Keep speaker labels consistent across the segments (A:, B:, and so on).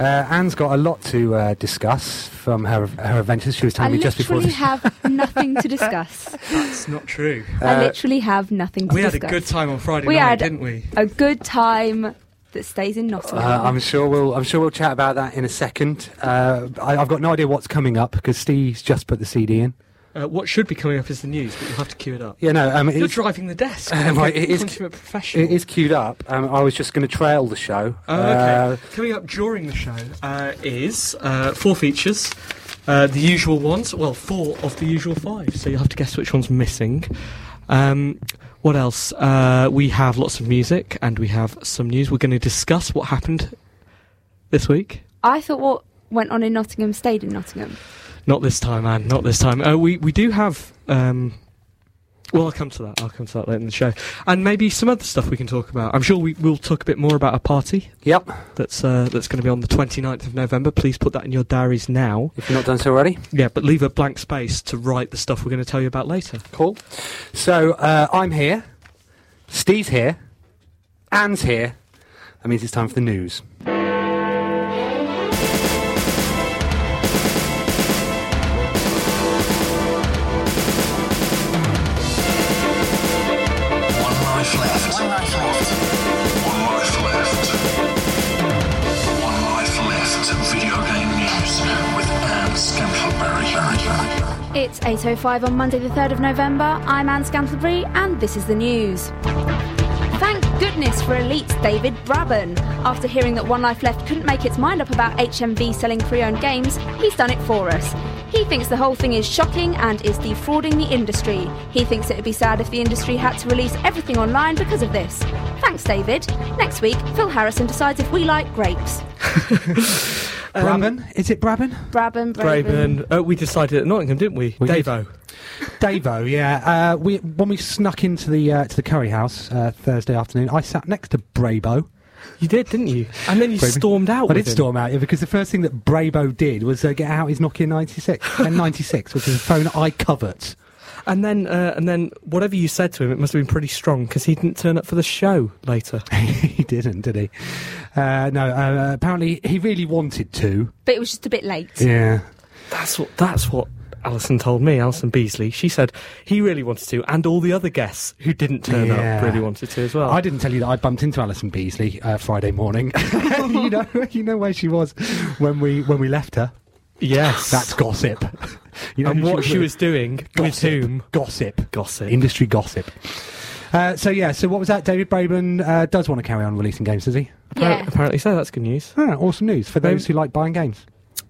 A: Uh, Anne's got a lot to uh, discuss from her her adventures. She was
B: I
A: telling me just before
B: literally
A: this.
B: have nothing to discuss.
C: That's not true.
B: I literally have nothing to
C: Uh, we had
B: discuss.
C: a good time on Friday
B: We
C: night,
B: had-
C: didn't we?
B: A good time that stays in Nottingham.
A: Uh, I'm sure we'll I'm sure we'll chat about that in a second. Uh, I, I've got no idea what's coming up because Steve's just put the CD in.
C: Uh, what should be coming up is the news, but you'll have to queue it up.
A: Yeah, no, um, it
C: You're
A: is-
C: driving the desk.
A: Um,
C: like
A: I-
C: a
A: it is-
C: consummate professional.
A: it is queued up. Um, I was just going to trail the show.
C: Oh,
A: Uh,
C: okay. Coming up during the show uh, is uh, four features. Uh, the usual ones, well, four of the usual five, so you'll have to guess which one's missing. Um, what else? Uh, we have lots of music and we have some news. We're going to discuss what happened this week.
B: I thought what went on in Nottingham stayed in Nottingham.
C: Not this time, Anne. Not this time. Uh, we we do have. Um, well, I'll come to that. I'll come to that later in the show, and maybe some other stuff we can talk about. I'm sure we will talk a bit more about a party
A: yep.
C: that's uh, that's going to be on the 29th of November. Please put that in your diaries now.
A: If you've not done so already,
C: Yeah, but leave a blank space to write the stuff we're going to tell you about later.
A: cool. So uh, I'm here. Steve's here. Anne's here. That means it's time for the news.
D: One life left. One life left. One life left. One life left. Video game news with Anne Scantleberry.
B: It's 8.05 on Monday the 3rd of November. I'm Anne Scantlebury and this is the news. Thank goodness for Elite's David Brabham. After hearing that One Life Left couldn't make its mind up about HMV selling pre-owned games, he's done it for us. He thinks the whole thing is shocking and is defrauding the industry. He thinks it would be sad if the industry had to release everything online because of this. Thanks, David. Next week, Phil Harrison decides if we like grapes.
C: Um,
A: Brabham, is it Brabham?
B: Brabham, Brabham.
C: Braben, uh, we decided at Nottingham, didn't we?
A: We did.
C: Davo.
A: Davo, yeah. Uh, we when we snuck into the uh, to the curry house uh, Thursday afternoon, I sat next to Brabo.
C: You did, didn't you? And then you
A: Braben.
C: stormed out.
A: I
C: with
A: did
C: him.
A: storm out yeah, because the first thing that Brabo did was uh, get out his Nokia 96 and 96, which is a phone I covet.
C: And then, uh, and then, whatever you said to him, it must have been pretty strong because he didn't turn up for the show later.
A: he didn't, did he? Uh, no, uh, apparently he really wanted to.
B: But it was just a bit late.
A: Yeah.
C: That's what. That's what Alison told me. Alison Beasley. She said he really wanted to, and all the other guests who didn't turn
A: Yeah.
C: up really wanted to as well.
A: I didn't tell you that I bumped into Alison Beasley uh, Friday morning. you know, you know where she was when we when we left her.
C: yes,
A: That's gossip. You know
C: and
A: who
C: what she
A: with?
C: was doing
A: gossip.
C: with whom?
A: Gossip.
C: Gossip.
A: Industry gossip. Uh, so yeah, so what was that? David Braben uh, does want to carry on releasing games, does he?
B: Yeah.
C: Apparently so. That's good news.
A: Ah, awesome news for those who like buying games.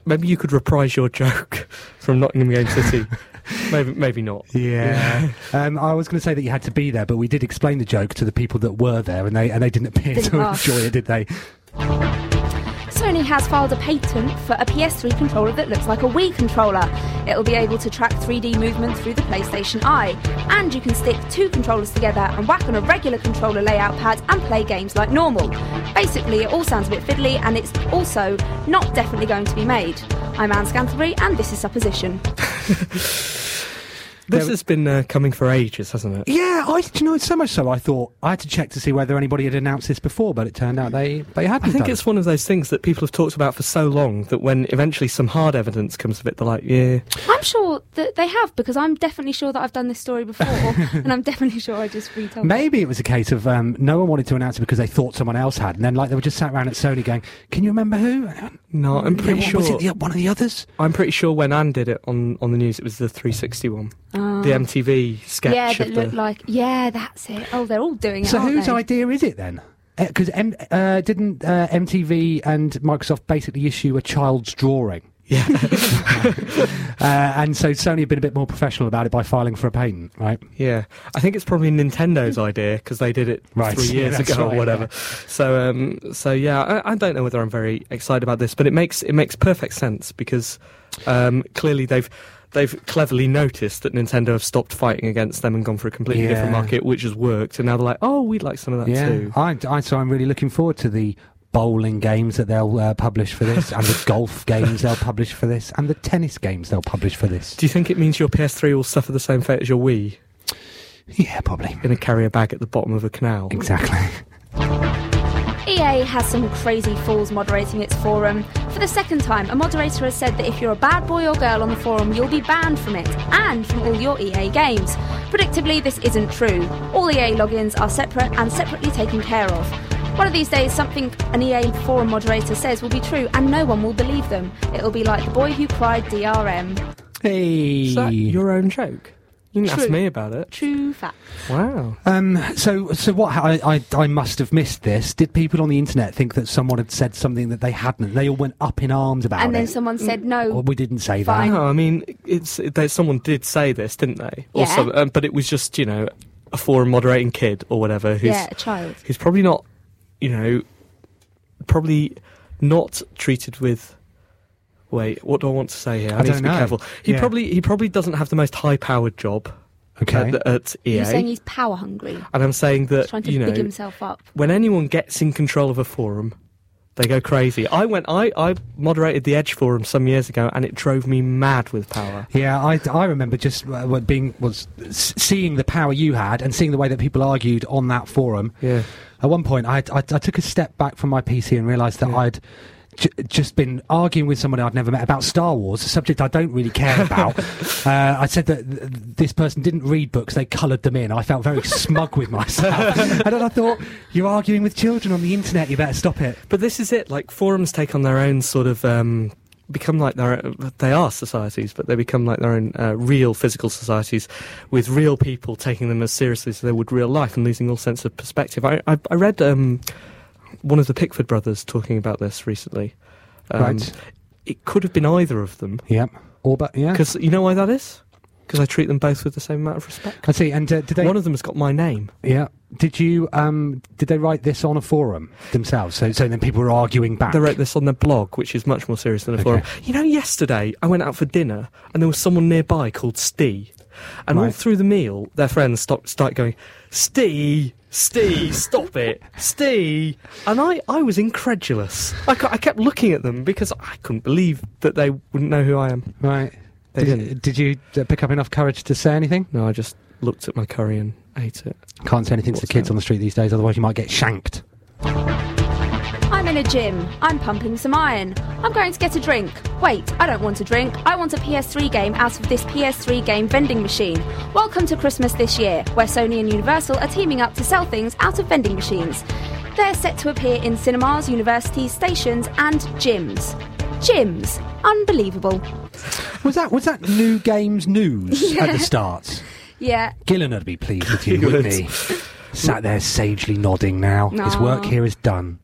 C: Maybe you could reprise your joke from Nottingham Game City. maybe, maybe not.
A: Yeah. um, I was going to say that you had to be there, but we did explain the joke to the people that were there, and they and they didn't appear
B: Didn't
A: to
B: laugh.
A: enjoy it, did they?
B: Sony has filed a patent for a PS3 controller that looks like a Wii controller. It'll be able to track 3D movement through the PlayStation Eye, and you can stick two controllers together and whack on a regular controller layout pad and play games like normal. Basically, it all sounds a bit fiddly, and it's also not definitely going to be made. I'm Anne Scantlebury, and this is Supposition.
C: This has been uh, coming for ages, hasn't it?
A: Yeah, I do you know it's so much so I thought I had to check to see whether anybody had announced this before, but it turned out they they hadn't.
C: I think
A: done.
C: it's one of those things that people have talked about for so long that when eventually some hard evidence comes of it, they're like, yeah.
B: I'm sure that they have because I'm definitely sure that I've done this story before, and I'm definitely sure I just retold. it.
A: Maybe it was a case of um, no one wanted to announce it because they thought someone else had, and then like they were just sat around at Sony going, "Can you remember who?"
C: No, I'm pretty
A: Yeah,
C: sure.
A: was it the, one of the others.
C: I'm pretty sure when Anne did it on, on the news, it was the 360 one. The MTV sketch.
B: Oh. Yeah, that
C: of
B: looked
C: the,
B: like. Yeah, that's it. Oh, they're all doing it.
A: so
B: aren't
A: whose
B: they?
A: idea is it then? Because M- uh, didn't uh, MTV and Microsoft basically issue a child's drawing?
C: Yeah.
A: Uh, and so Sony have been a bit more professional about it by filing for a patent, right?
C: Yeah, I think it's probably Nintendo's idea because they did it
A: Right,
C: three
A: yeah,
C: years
A: that's
C: ago
A: right,
C: or whatever. So, um, so yeah, I, I don't know whether I'm very excited about this, but it makes it makes perfect sense because um, clearly they've they've cleverly noticed that Nintendo have stopped fighting against them and gone for a completely different
A: Yeah.
C: market, which has worked, and now they're like, oh, we'd like some of that too.
A: I, I, so I'm really looking forward to the bowling games that they'll uh, publish for this, and the golf games they'll publish for this, and the tennis games they'll publish for this.
C: Do you think it means your PS3 will suffer the same fate as your Wii?
A: Yeah, probably.
C: Going to carry a bag at the bottom of a canal.
A: Exactly.
B: EA E has some crazy fools moderating its forum. For the second time, a moderator has said that if you're a bad boy or girl on the forum, you'll be banned from it and from all your EA games. Predictably, this isn't true. All EA logins are separate and separately taken care of. One of these days, something an EA forum moderator says will be true and no one will believe them. It'll be like the boy who cried DRM.
A: Hey.
C: Is that your own joke? You didn't ask
B: True.
C: me about it.
B: True fact.
C: Wow.
A: um, so, so what? I, I, I must have missed this. Did people on the internet think that someone had said something that they hadn't? They all went up in arms about
B: And then
A: it.
B: someone said
A: Well,
C: Mm,
B: no.
A: we didn't say
B: Fine.
A: that.
C: No, I mean, it's they, someone did say this, didn't they?
B: Yeah.
C: Or some- um, but it was just you know a forum moderating kid or whatever who's E
B: Yeah, a child.
C: who's probably not, you know, probably not treated with. Wait, what do I want to say here? I,
A: I
C: need
A: don't
C: to be
A: know.
C: careful. He
A: Yeah.
C: probably he probably doesn't have the most high powered job
A: Okay.
C: at, at EA,
B: You're saying he's power hungry.
C: and I'm saying that
B: He's trying to
C: you know
B: big himself up.
C: when anyone gets in control of a forum, they go crazy. I went, I, I moderated the Edge forum some years ago, and it drove me mad with power.
A: Yeah, I, I remember just uh, what being was s- seeing the power you had and seeing the way that people argued on that forum.
C: Yeah.
A: At one point, I, I, I took a step back from my PC and realised that I'd j- just been arguing with someone I'd never met about Star Wars, a subject I don't really care about. uh, I said that th- this person didn't read books; they coloured them in. I felt very smug with myself, and then I thought, "You're arguing with children on the internet. You better stop it."
C: But this is it. Like forums take on their own sort of um, become like their they are societies, but they become like their own uh, real physical societies with real people taking them as seriously as they would real life and losing all sense of perspective. I I, I read um, one of the Pickford brothers talking about this recently. Um,
A: Right.
C: It could have been either of them
A: Yep. Or but yeah.
C: because you know why that is. Because I treat them both with the same amount of respect.
A: I see. And uh, did they?
C: One of them has got my name.
A: Yeah. Did you um did they write this on a forum themselves? So so then people were arguing back.
C: They wrote this on their blog, which is much more serious than a forum. You know, yesterday I went out for dinner and there was someone nearby called Stee. And all
A: Right.
C: through the meal, their friends stopped, started going, Stee, Stee, stop it, Stee. And I, I was incredulous. I, ca- I kept looking at them because I couldn't believe that they wouldn't know who I am.
A: Right.
C: They
A: Did, did you uh, pick up enough courage to say anything?
C: No, I just looked at my curry and ate it.
A: Can't say anything to the
C: What's
A: kids
C: that?
A: on the street these days, otherwise you might get shanked.
B: I'm in a gym. I'm pumping some iron. I'm going to get a drink. Wait, I don't want a drink. I want a PS3 game out of this PS3 game vending machine. Welcome to Christmas this year, where Sony and Universal are teaming up to sell things out of vending machines. They're set to appear in cinemas, universities, stations, and gyms. Gyms. Unbelievable.
A: Was that was that new games news at the start?
B: Yeah.
A: Gillen would be pleased with you,
C: He
A: wouldn't
C: would.
A: he? Sat there sagely nodding now. His work
B: Aw.
A: here is done.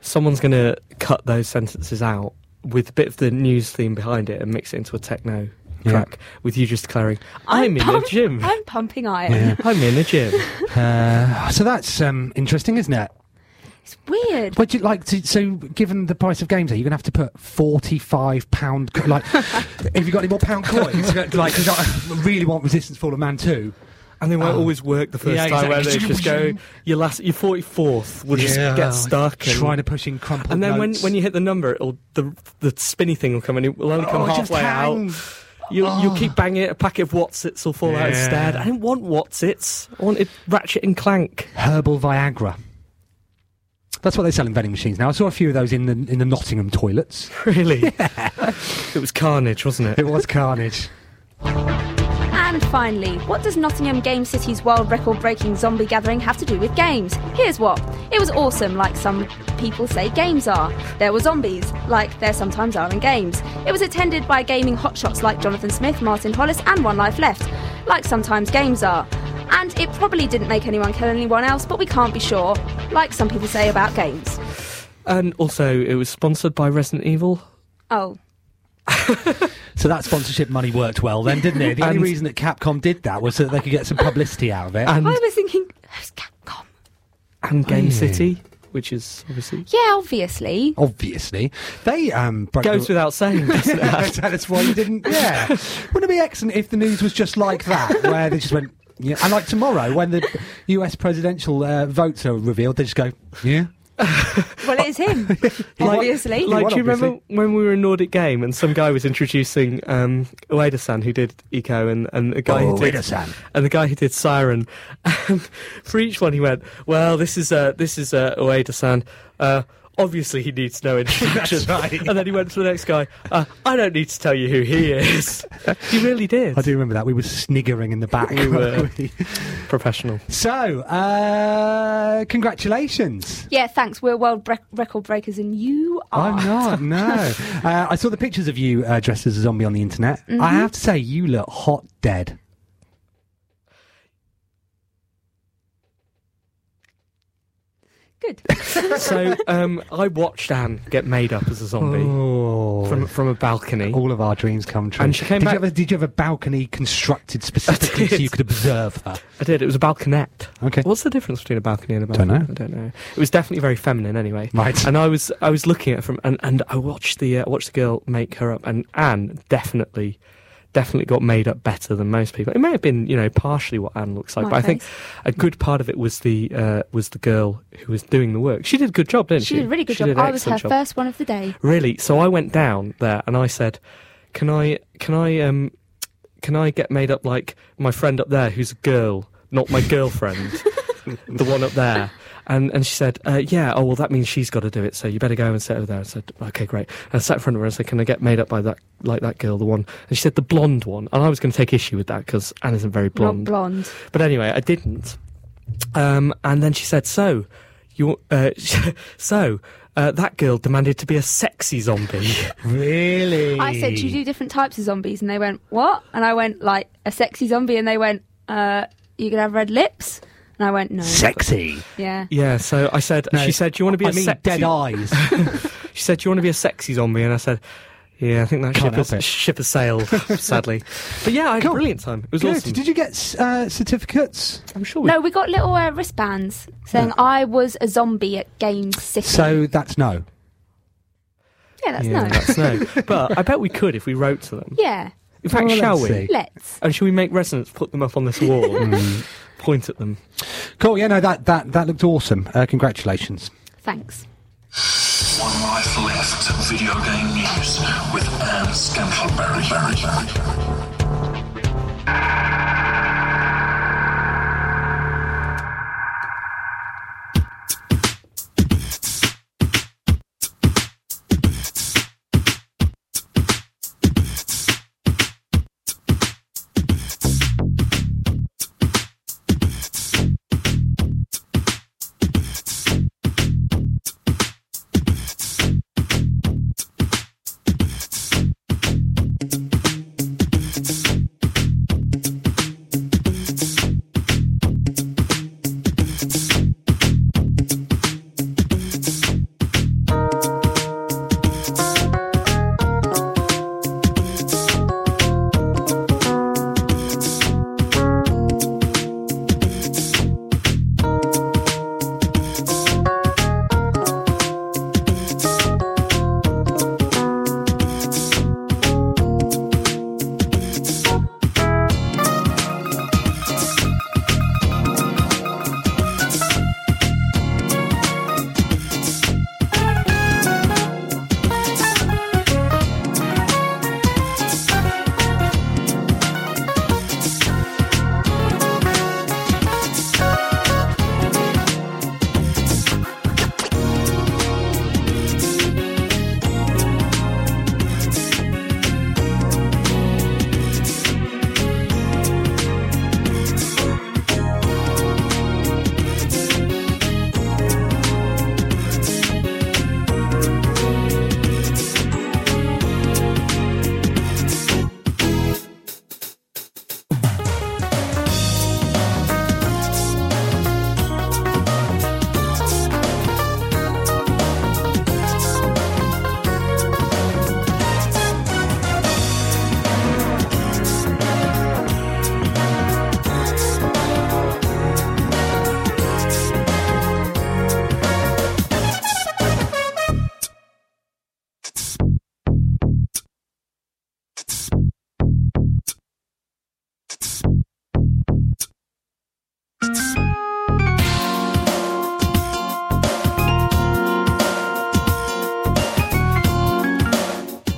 C: Someone's going to cut those sentences out with a bit of the news theme behind it and mix it into a techno
A: Yeah.
C: track with you just declaring, I'm, in a
B: pump-
C: gym.
B: I'm pumping iron.
C: I'm in a gym.
A: Ah, So that's um, interesting, isn't it?
B: It's weird.
A: But you like to, so given the price of games, are you going to have to put forty-five pound co- like if you got any more pound coins? like 'cause I really want Resistance Fall of Man two.
C: And they won't always work the first
A: yeah,
C: time. Where they
A: exactly.
C: just go, Oh. your last, your forty fourth will just get stuck. And,
A: trying to push in crumpled.
C: and then when,
A: notes.
C: when you hit the number, it'll the the spinny thing will come and it Oh. will only come
A: Oh, it just
C: halfway out.
A: hangs.
C: You'll, you'll keep banging it. A packet of Watsits will fall out instead.
A: Yeah.
C: I didn't want Watsits. I wanted Ratchet and Clank.
A: herbal Viagra. That's what they sell in vending machines now. I saw a few of those in the in the Nottingham toilets.
C: Really? it was carnage, wasn't
A: It was carnage.
B: And finally, what does Nottingham Game City's world record breaking zombie gathering have to do with games? Here's what it was awesome, like some people say games are. There were zombies, like there sometimes are in games. It was attended by gaming hotshots like Jonathan Smith, Martin Hollis, and One Life Left, like sometimes games are. And it probably didn't make anyone kill anyone else, but we can't be sure, like some people say about games.
C: And also, it was sponsored by Resident Evil.
B: Oh,
A: So that sponsorship money worked well then, didn't it? The only
C: And-
A: reason that Capcom did that was so that they could get some publicity out of it.
C: And,
B: I was thinking, who's Capcom?
C: and Game
A: Really?
C: City, which is obviously.
B: Yeah, obviously.
A: Obviously, they um broke
C: Goes
A: the-
C: without saying, doesn't it?
A: That's why you didn't. Yeah, wouldn't it be excellent if the news was just like that, where they just went, yeah, and like tomorrow when the U.S. presidential uh, votes are revealed, they just go, yeah,
B: Well, it is him, obviously.
A: like-
C: Like, do you
A: Obviously.
C: remember when we were in Nordic Game and some guy was introducing um, Ueda-san who did Eco and, and the guy
A: Oh,
C: who did
A: Ueda-san.
C: and the guy who did Siren. And for each one, he went, "Well, this is uh, this is uh, Ueda-san. Uh, obviously, he needs no introduction."
A: right.
C: And then he went to the next guy. Uh, I don't need to tell you who he is. he really did.
A: I do remember that. We were sniggering in the back.
C: We were. Professional.
A: So, uh, congratulations.
B: Yeah, thanks. We're world bre- record breakers, and you
C: Oh.
B: are.
A: I'm not, no. Uh, I saw the pictures of you uh, dressed as a zombie on the internet.
C: Mm-hmm.
A: I have to say, you look hot dead.
B: Good.
C: So um, I watched Anne get made up as a zombie
A: Oh.
C: from from a balcony.
A: all of our dreams come true.
C: And she came
A: did,
C: back-
A: you have a, did you have a balcony constructed specifically so
C: did.
A: you could observe her?
C: I did. It was a balconette.
A: Okay.
C: What's the difference between a balcony and a
A: Don't
C: balcony?
A: know.
C: I don't know. It was definitely very feminine, anyway.
A: Right.
C: And I was I was looking at it from and, and I watched the uh, watched the girl make her up, and Anne definitely definitely got made up better than most people. It may have been you know partially what Anne looks like,
B: My
C: but I think
B: face.
C: a good part of it was the uh, was the girl who was doing the work. She did a good job, didn't she?
B: She did a really good
C: She
B: job.
C: did an
B: I was her
C: excellent job.
B: first one of the day.
C: Really? So I went down there and I said, "Can I? Can I? Um, can I get made up like my friend up there, who's a girl, not my girlfriend, the one up there?" And and she said, uh, "Yeah. Oh well, that means she's got to do it. So you better go and sit over there." I said, "Okay, great." And I sat in front of her and said, "Can I get made up by that like that girl, the one?" And she said, "The blonde one." And I was going to take issue with that because Anne isn't very
B: Not
C: blonde.
B: blonde.
C: But anyway, I didn't. Um, and then she said, "So, you, uh, so uh, that girl demanded to be a sexy zombie."
A: Really?
B: I said, "Do you do different types of zombies?" And they went, "What?" And I went, "Like a sexy zombie." And they went, "Uh, you could have red lips." And I went, "No."
A: Sexy.
B: Yeah.
C: yeah. So I said,
A: No,
C: "She said, do you want to be a
A: I mean,
C: sexy?"
A: dead eyes.
C: She said, "Do you want to be a sexy zombie?" And I said. Yeah, I think that
A: Can't
C: ship has,
A: help it.
C: ship has sailed, sadly. But yeah, I had a brilliant time. It was
A: Good.
C: awesome.
A: Did you get uh, certificates?
C: I'm sure we
B: No, we got little uh, wristbands saying I was a zombie at Game City.
A: So that's no.
B: yeah, that's
C: yeah,
B: no.
C: that's no. But I bet we could if we wrote to them.
B: yeah.
C: In fact,
A: Well,
C: shall we?
A: Oh, let's see. Mm.
B: Let's.
C: And shall we make resonance put them up on this wall, and point at them?
A: Cool. Yeah, no, that, that, that looked awesome. Uh, congratulations.
B: Thanks.
D: One Life Left Video Game News with Anne Scantleberry.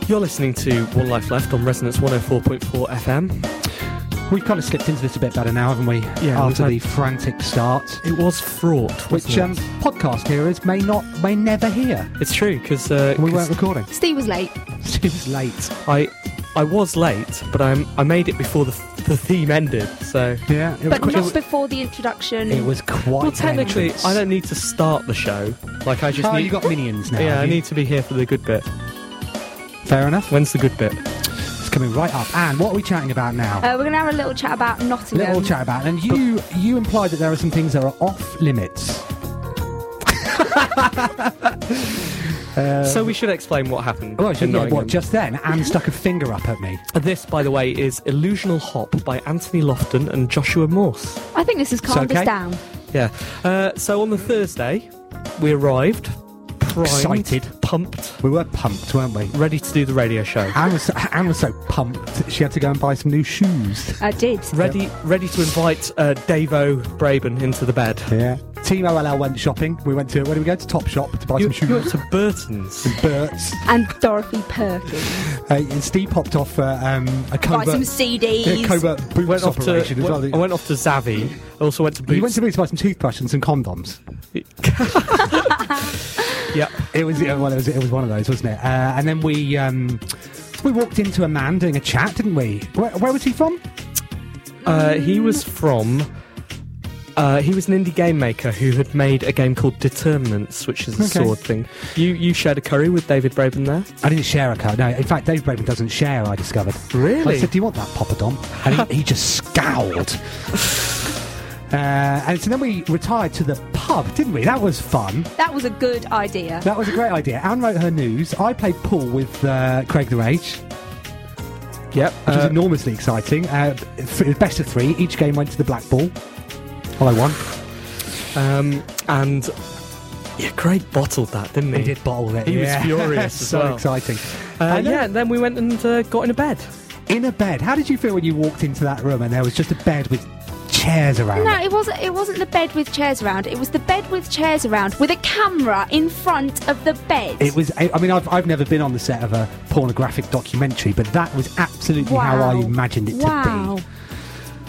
C: You're listening to One Life Left on Resonance 104.4 FM.
A: We've kind of slipped into this a bit better now, haven't we?
C: Yeah,
A: After the
C: we've
A: frantic start,
C: It was fraught, wasn't
A: which um,
C: it?
A: podcast hearers may not, may never hear.
C: it's true because uh,
A: We
C: 'cause
A: weren't recording.
B: Steve was late.
A: It was late.
C: I I was late, but I I made it before the the theme ended. So
A: Yeah, it
B: But
A: was,
B: not before the introduction.
A: it was quite.
C: well, technically,
A: dangerous.
C: I don't need to start the show. Like I just
A: Oh,
C: need.
A: you got minions now.
C: yeah,
A: have
C: I
A: you?
C: need to be here for the good bit.
A: Fair enough.
C: When's the good bit?
A: It's coming right up. And what are we chatting about now?
B: Uh, we're going to have a little chat about Nottingham.
A: Little chat about. And you, you implied that there are some things that are off limits.
C: so we should explain what happened.
A: Um, Well,
C: in
A: yeah, what
C: Nottingham.
A: just then? Anne stuck a finger up at me.
C: This, by the way, is Illusional Hop by Anthony Lofton and Joshua Morse.
B: I think this has calmed
A: okay.
B: us down.
C: Yeah. Uh, so on the Thursday, we arrived, primed,
A: Excited.
C: pumped,
A: We were pumped, weren't we?
C: ready to do the radio show.
A: Anne was, so, Anne was so pumped. She had to go and buy some new shoes.
B: I did.
C: Ready, ready to invite uh, Davo Braben into the bed.
A: Yeah. Team OLL went shopping. We went to where did we go to Top Shop to buy
C: You,
A: some shoes.
C: you went to Burton's.
A: Burt's.
B: And Dorothy Perkins.
A: Uh, and Steve popped off uh, um, a
B: Buy
A: covert,
B: some
A: a
B: CDs.
A: covert boots
C: Went off to,
A: operation as well.
C: went, I went off to Zavi. I also went to Boots.
A: You went to Boots to buy some toothbrush and some condoms.
C: Yep.
A: It was yeah, well, it was it was one of those, wasn't it? Uh, and then we um, we walked into a man doing a chat, didn't we? Where, where was he from?
C: Uh, he was from. Uh, he was an indie game maker who had made a game called Determinants, which is a
A: Okay.
C: sword thing. You you shared a curry with David Braben there.
A: I didn't share a card. No, in fact, Dave Braben doesn't share. I discovered.
C: Really?
A: I said, "Do you want that, Papa Dom?" And he, he just scowled. Uh, and so then we retired to the pub, didn't we? That was fun.
B: That was a good idea.
A: That was a great idea. Anne wrote her news. I played pool with uh, Craig the Rage, which
C: Yep.
A: was
C: uh,
A: enormously exciting. Uh, th- best of three. Each game went to the black ball. Well, I won.
C: um, and yeah, Craig bottled that, didn't he?
A: He did bottle it.
C: He was
A: yeah.
C: furious as
A: so
C: well.
A: exciting.
C: Uh,
A: And then
C: yeah, and then we went and uh, got in a bed.
A: In a bed. How did you feel when you walked into that room and there was just a bed with chairs around?
B: No,
A: it?
B: it wasn't. It wasn't the bed with chairs around. It was the bed with chairs around with a camera in front of the bed.
A: It was. I I mean, I've, I've never been on the set of a pornographic documentary, but that was absolutely how I imagined it
B: Wow.
A: to be.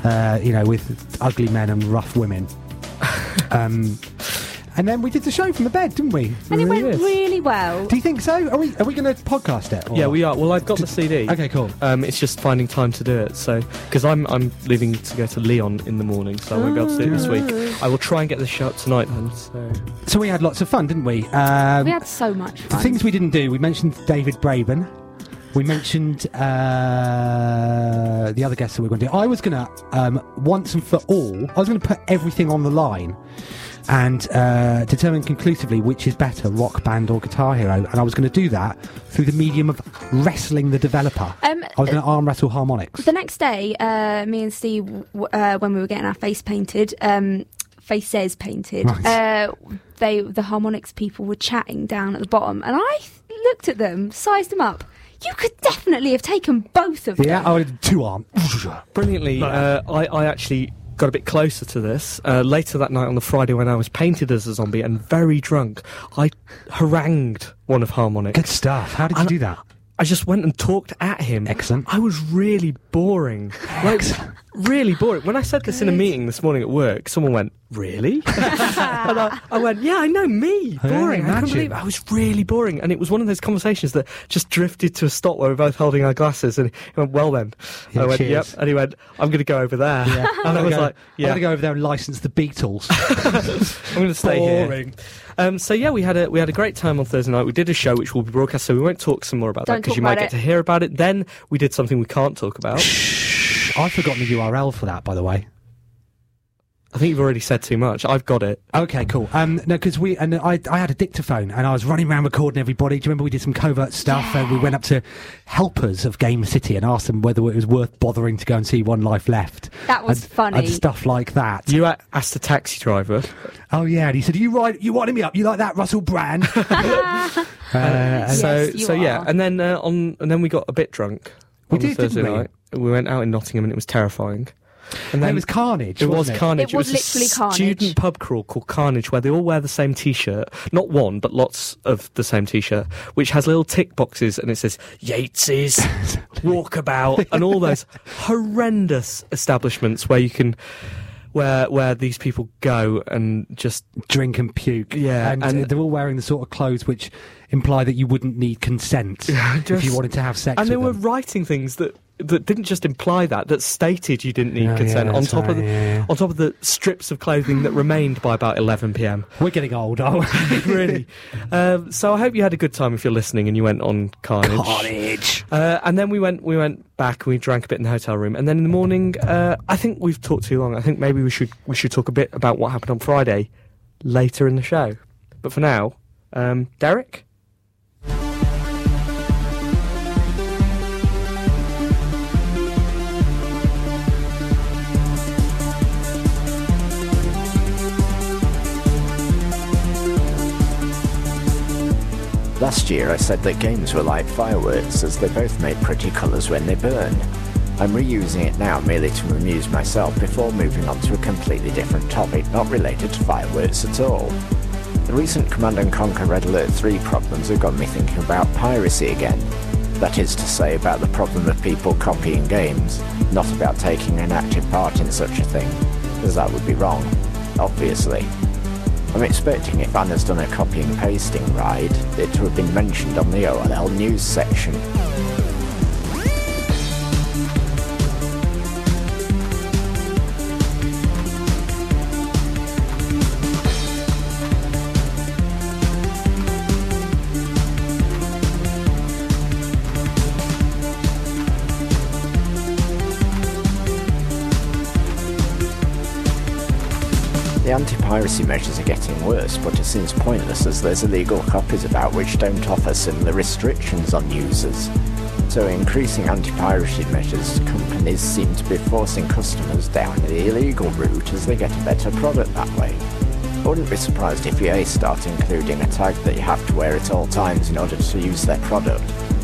A: Uh, you know, with ugly men and rough women. um, and then we did the show from the bed, didn't we?
B: And it went
C: Yes.
B: really well.
A: Do you think so? Are we are we going to podcast it? or-
C: Yeah, we are. Well, I've got the CD.
A: Okay, cool.
C: Um, it's just finding time to do it. So, because I'm I'm leaving to go to Leon in the morning, so I won't be able to do it this week. I will try and get the show up tonight then. So,
A: So we had lots of fun, didn't we? Um,
B: We had so much
A: The
B: fun.
A: things we didn't do, we mentioned David Braben. We mentioned uh, the other guests that we were going to do. I was going to, um, once and for all, I was going to put everything on the line and uh, determine conclusively which is better, rock band or guitar hero. And I was going to do that through the medium of wrestling the developer.
B: Um,
A: I was going to arm wrestle harmonics.
B: The next day, uh, me and Steve, w- uh, when we were getting our face painted, um, faces painted,
A: Right.
B: uh, they the harmonics people were chatting down at the bottom, and I th- looked at them, sized them up. You could definitely have taken both of them.
A: Yeah, I would two arm.
C: brilliantly, uh, I I actually got a bit closer to this uh, later that night on the Friday when I was painted as a zombie and very drunk. I harangued one of Harmonic.
A: Good stuff. How did you
C: And-
A: do that?
C: I just went and talked at him.
A: Excellent.
C: I was really boring. Like, really boring. When I said this in a meeting this morning at work, someone went, Really? and I, I went, Yeah, I know, me. Boring. I
A: imagine.
C: couldn't believe it. I was really boring. And it was one of those conversations that just drifted to a stop where we were both holding our glasses. And he went, Well, then.
A: Yeah,
C: I went,
A: cheers.
C: Yep. And he went, I'm going to go over there. and I was like,
A: I'm
C: Yeah.
A: going to go over there and license the Beatles.
C: I'm going to stay here.
A: Boring.
C: Um, so yeah, we had a we had a great time on Thursday night. We did a show which will be broadcast, so we won't talk some more about
B: Don't
C: that because
B: talk
C: you might
B: about
C: get
B: it.
C: to hear about it. Then we did something we can't talk about.
A: I've forgotten the URL for that, by the way.
C: I think you've already said too much. I've got it.
A: Okay, cool. Um, no, because we and I, I had a dictaphone and I was running around recording everybody. Do you remember we did some covert stuff and we went up to helpers of Game City and asked them whether it was worth bothering to go and see One Life Left.
B: That was
A: and,
B: funny.
A: and stuff like that.
C: You a- asked the taxi driver.
A: oh yeah, and he said, "You ride, you winding me up. You like that, Russell Brand?" Uh,
B: Yes,
C: so
B: you
C: so yeah,
B: are.
C: and then uh, on and then we got a bit drunk.
A: We
C: on the
A: did, didn't
C: Thursday
A: we?
C: night. We went out in Nottingham and it was terrifying. And
A: And it was Carnage.
C: It
A: wasn't
C: was Carnage.
B: It was
C: a
B: literally Carnage.
C: Student pub crawl called Carnage, where they all wear the same T-shirt. Not one, but lots of the same T-shirt, which has little tick boxes, and it says Yates's, Walkabout, and all those horrendous establishments where you can. Where, where these people go and just
A: Drink and puke.
C: Yeah,
A: and,
C: and-
A: uh, they're all wearing the sort of clothes which imply that you wouldn't need consent if you
C: Just-
A: wanted to have sex.
C: and they
A: with
C: were
A: them.
C: writing things that that didn't just imply that that stated you didn't need
A: Oh,
C: consent
A: yeah,
C: on
A: that's
C: top of
A: right,
C: the,
A: yeah, yeah.
C: on top of the strips of clothing that remained by about 11 p.m.
A: We're getting old, aren't we?
C: really. Um, so I hope you had a good time if you're listening and you went on Carnage. Uh, and then we went we went back and we drank a bit in the hotel room. And then in the morning, uh, I think we've talked too long. I think maybe we should we should talk a bit about what happened on Friday later in the show. But for now, um, Derek.
E: Last year, I said that games were like fireworks, as they both make pretty colours when they burn. I'm reusing it now merely to amuse myself before moving on to a completely different topic not related to fireworks at all. The recent Command and Conquer Red Alert 3 problems have got me thinking about piracy again. That is to say, about the problem of people copying games, not about taking an active part in such a thing, as that would be wrong, obviously. I'm expecting if Anna's done a copy and pasting ride, it to have been mentioned on the OLL news section. The anti piracy measures are getting worse, but it seems pointless as there's illegal copies about which don't offer similar restrictions on users. So, increasing anti piracy measures, companies seem to be forcing customers down the illegal route as they get a better product that way. I wouldn't be surprised if EA start including a tag that you have to wear at all times in order to use their product,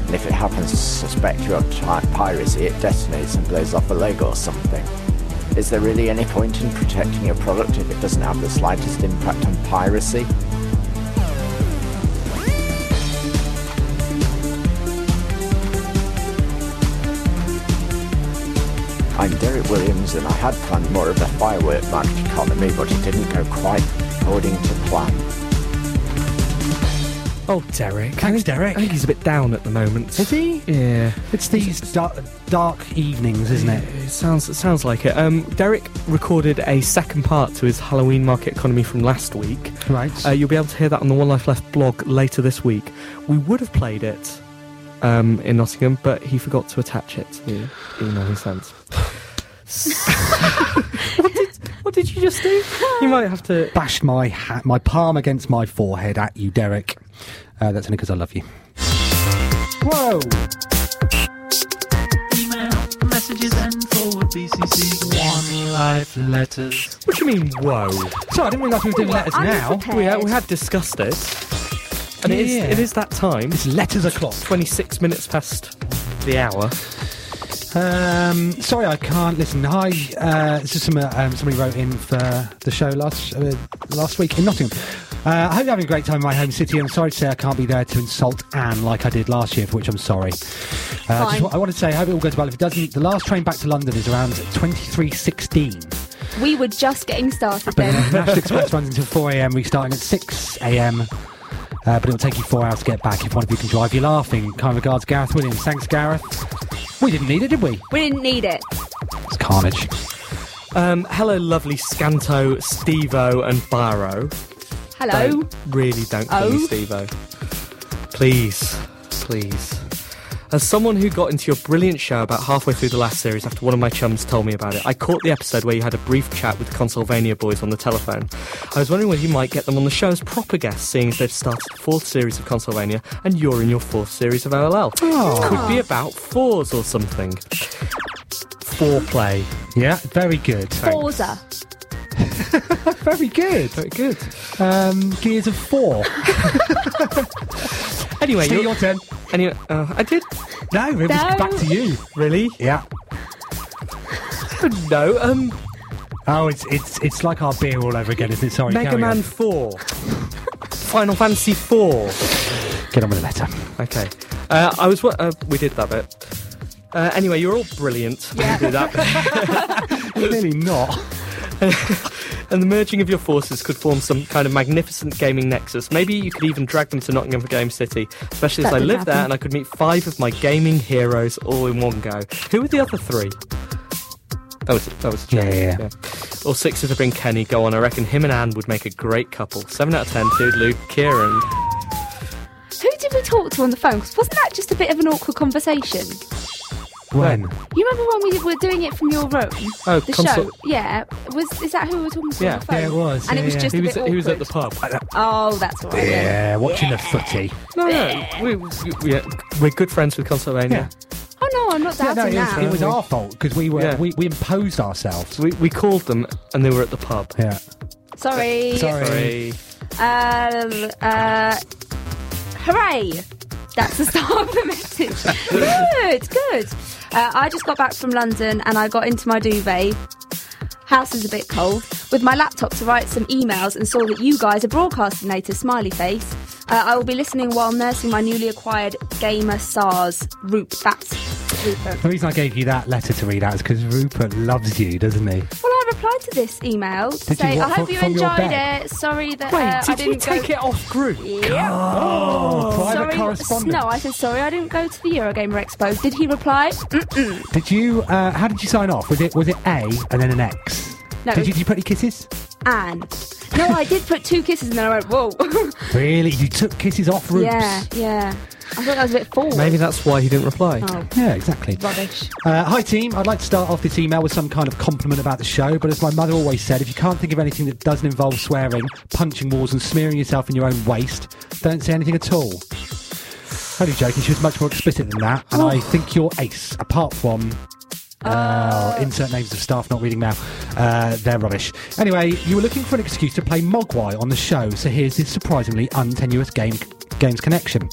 E: and if it happens to suspect you of tri- piracy, it detonates and blows off a leg or something. Is there really any point in protecting your product if it doesn't have the slightest impact on piracy? I'm Derek Williams and I had planned more of a firework market economy, but it didn't go quite according to plan.
C: Oh, Derek.
A: Thanks, Derek.
C: I think he's a bit down at the moment.
A: Is he?
C: Yeah.
A: It's these dark, dark evenings, isn't it?
C: It sounds it sounds like it. Um, Derek recorded a second part to his Halloween market economy from last week.
A: Right.
C: Uh, you'll be able to hear that on the One Life Left blog later this week. We would have played it um, in Nottingham, but he forgot to attach it to the email he sent. what, did, what did you just do? You might have to.
A: bashed my hat, my palm against my forehead at you, Derek. Uh, that's only because I love you. Whoa!
D: email messages and forward BCC. One life letters.
C: What do you mean, whoa?
A: So I didn't realise we were doing letters now.
B: unprepared.
C: We, ha- we had discussed it, and it, is,
A: Yeah.
C: it is that time.
A: It's letters o'clock.
C: 26 minutes past the hour.
A: Um, sorry, I can't listen. Hi, uh, this is some, uh, um, somebody wrote in for the show last uh, last week in Nottingham. Uh, I hope you're having a great time in my home city. I'm sorry to say I can't be there to insult Anne like I did last year, for which I'm sorry. Uh,
B: Fine.
A: just what I wanted to say, I hope it all goes well. If it doesn't, the last train back to London is around 2316.
B: We were just getting started then.
A: National Express runs until 4 a.m. restarting at 6 a.m. Uh, but it'll take you four hours to get back if one of you can drive. You're laughing. Kind regards, Gareth Williams. Thanks, Gareth. We didn't need it, did we?
B: we didn't need it.
A: It's carnage.
C: Um, hello, lovely Scanto, Stevo, and Biro.
B: Hello.
C: Don't- really don't call me
B: Oh.
C: Stevo. Please, please. As someone who got into your brilliant show about halfway through the last series after one of my chums told me about it, I caught the episode where you had a brief chat with the Consolvania boys on the telephone. I was wondering whether you might get them on the show as proper guests, seeing as they've started the fourth series of Consolvania and you're in your fourth series of OLL. Could be about fours or something. Foreplay.
A: Yeah, very good.
B: Forza.
A: Very good.
C: Very good.
A: Um, Gears of Four.
C: Anyway,
A: Steve,
C: you're-
A: your turn.
C: Anyway, uh, I did
A: No, it was
B: No.
A: back to you.
C: really.
A: Yeah.
C: don't know. Um,
A: Oh, it's it's it's like our beer all over again, isn't it? Sorry,
C: Mega
A: carry
C: Man
A: on.
C: 4. Final Fantasy 4.
A: Get on with the letter.
C: Okay. Uh, I was. wa- Uh, we did that bit. Uh, anyway, you're all brilliant. when you do that bit.
A: Clearly not.
C: and the merging of your forces could form some kind of magnificent gaming nexus. Maybe you could even drag them to Nottingham for Game City, especially as
B: That
C: I
B: did
C: live there
B: happen.
C: and I could meet five of my gaming heroes all in one go. Who were the other three? That was that was a
A: Yeah,
C: joke,
A: yeah, yeah.
C: Or six if it been Kenny. Go on, I reckon him and Anne would make a great couple. Seven out of ten. Dude, Luke, Kieran.
B: Who did we talk to on the phone? 'Cause wasn't that just a bit of an awkward conversation?
A: When?
B: You remember when we were doing it from your room?
C: Oh,
B: the
C: console-
B: show. Yeah, was is that who we were talking to
C: Yeah.
B: on the phone?
A: Yeah, it was.
B: And
A: Yeah,
B: it was
A: yeah.
B: just
C: He
B: a
C: was
B: bit
C: he was at the
B: awkward.
C: pub.
B: Oh, that's all right. then.
A: Yeah, watching the footy.
C: No, no, we, we, yeah, we're good friends with Consolvania.
A: Yeah.
B: Oh no, I'm not
A: Yeah, no,
B: doubting
A: it was,
B: that.
A: it was our fault because we were
C: Yeah.
A: we, we imposed ourselves.
C: We, we called them and they were at the pub.
A: Yeah.
B: Sorry.
C: Sorry.
A: Sorry.
B: Um, uh, hooray! That's the start of the message. good, good. Uh, I just got back from London and I got into my duvet. House is a bit cold. With my laptop to write some emails and saw that you guys are broadcasting later. Smiley face. Uh, I will be listening while nursing my newly acquired gamer SARS Roop. That's Rupert.
A: The reason I gave you that letter to read out is because Rupert loves you, doesn't he?
B: Well, I replied to this email to
A: Did
B: say,
A: you?
B: I
A: What,
B: hope
A: from-
B: you
A: from your
B: enjoyed
A: bed?
B: it. Sorry that
C: Wait,
B: uh, I
C: did you
B: didn't
C: take
B: go.
C: it off group?
A: Oh, private
B: sorry,
A: correspondence.
B: No, I said sorry. I didn't go to the Eurogamer Expo. Did he reply? Mm, Mm-mm.
A: Did you? Uh, how did you sign off? Was it was it A and then an X?
B: No.
A: Did you, did you put any kisses?
B: And no, I did put two kisses, and then I went, "Whoa."
A: Really? You took kisses off Rupes?
B: yeah, yeah. I thought that was a bit forward.
C: Maybe that's why he didn't reply.
B: Oh,
A: Yeah, exactly.
B: rubbish.
A: Uh, hi, team. I'd like to start off this email with some kind of compliment about the show, but as my mother always said, if you can't think of anything that doesn't involve swearing, punching walls, and smearing yourself in your own waist, don't say anything at all. Only joking, she was much more explicit than that,
B: Oh.
A: and I think you're ace, apart from. Uh, insert names of staff not reading mail. Uh, they're rubbish. Anyway, you were looking for an excuse to play Mogwai on the show, so here's this surprisingly untenuous game games connection.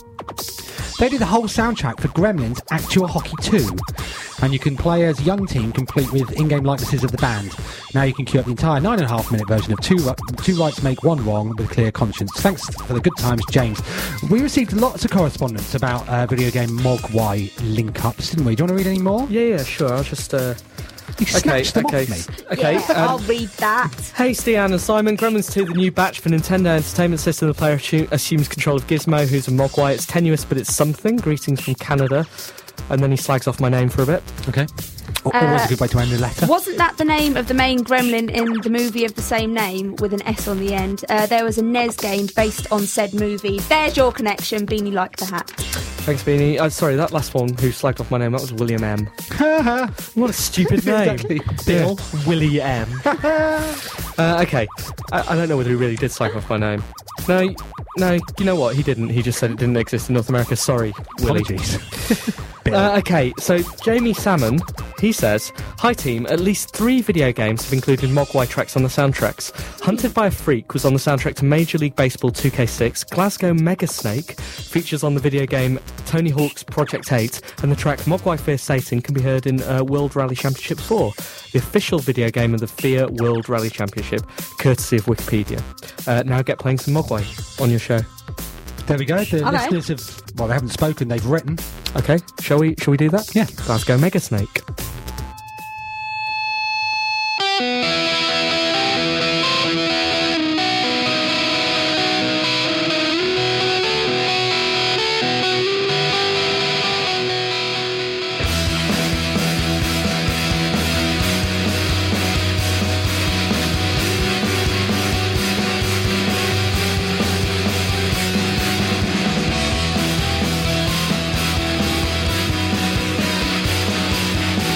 A: They did the whole soundtrack for Gremlins Actual Hockey 2. And you can play as a young team complete with in-game likenesses of the band. Now you can queue up the entire nine and a half minute version of Two, Ri- two Rights Make One Wrong with clear conscience. Thanks for the good times, James. We received lots of correspondence about uh, video game Mogwai link-ups, didn't we? Do you want to read any more?
C: Yeah, yeah, sure. I'll just. Uh,
A: You
C: okay,
A: snatched them
C: okay,
A: off me.
C: s- okay.
B: Yeah,
C: um,
B: I'll read that.
C: hey, Stian and Simon. Gremlins 2, the new batch for Nintendo Entertainment System. The player assu- assumes control of Gizmo, who's a Mogwai. It's tenuous, but it's something. Greetings from Canada. And then he slags off my name for a bit.
A: Okay. Al- Always a good way to end a letter.
B: Wasn't that the name of the main gremlin in the movie of the same name with an S on the end? Uh, there was a NES game based on said movie. There's your connection. Beanie liked the hat.
C: Thanks, Beanie. Uh, sorry, that last one who slagged off my name, that was William M. what a stupid name.
A: Exactly.
C: Bill. Willie M. uh, okay. I, I don't know whether he really did slag off my name. No, no, you know what? He didn't. He just said it didn't exist in North America. Sorry, Willie.
A: Apologies.
C: Uh, okay, so Jamie Salmon, he says, Hi team, at least three video games have included Mogwai tracks on the soundtracks. Hunted by a Freak was on the soundtrack to Major League Baseball 2K6, Glasgow Mega Snake features on the video game Tony Hawk's Project 8, and the track Mogwai Fear Satan can be heard in uh, World Rally Championship 4, the official video game of the FIA World Rally Championship, courtesy of Wikipedia. Uh, now get playing some Mogwai on your show.
A: there we go. The
B: Okay.
A: listeners have... Well, they haven't spoken. They've written.
C: Okay, shall we, shall we do that?
A: Yeah.
C: Glasgow Mega Snake.
D: One life left.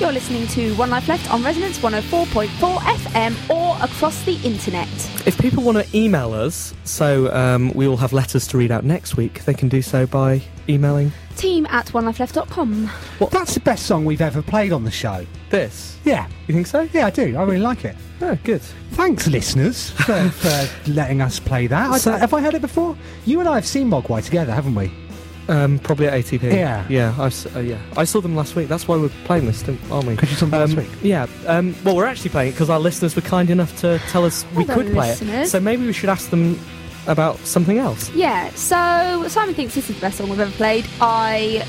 B: You're listening to One oh Life Left on Resonance 104.4 FM or across the internet.
C: If people want to email us, so um, we all have letters to read out next week, they can do so by emailing
B: Team at onelifeleft.com.
A: That's the best song we've ever played on the show.
C: this.
A: Yeah.
C: You think so?
A: Yeah, I do. I really like it.
C: Oh, good.
A: Thanks, listeners, for, for letting us play that. I,
C: So-
A: have I heard it before? You and I have seen Mogwai together, haven't we?
C: Um, probably at ATP.
A: Yeah.
C: yeah. I s- uh, yeah. I saw them last week. That's why we're playing this, didn't- aren't we?
A: Because you saw them last
C: Um,
A: week.
C: Yeah. Um, well, we're actually playing it because our listeners were kind enough to tell us we
B: Hello,
C: could play
B: listeners.
C: it. So maybe we should ask them about something else.
B: Yeah, so Simon thinks this is the best song we've ever played. I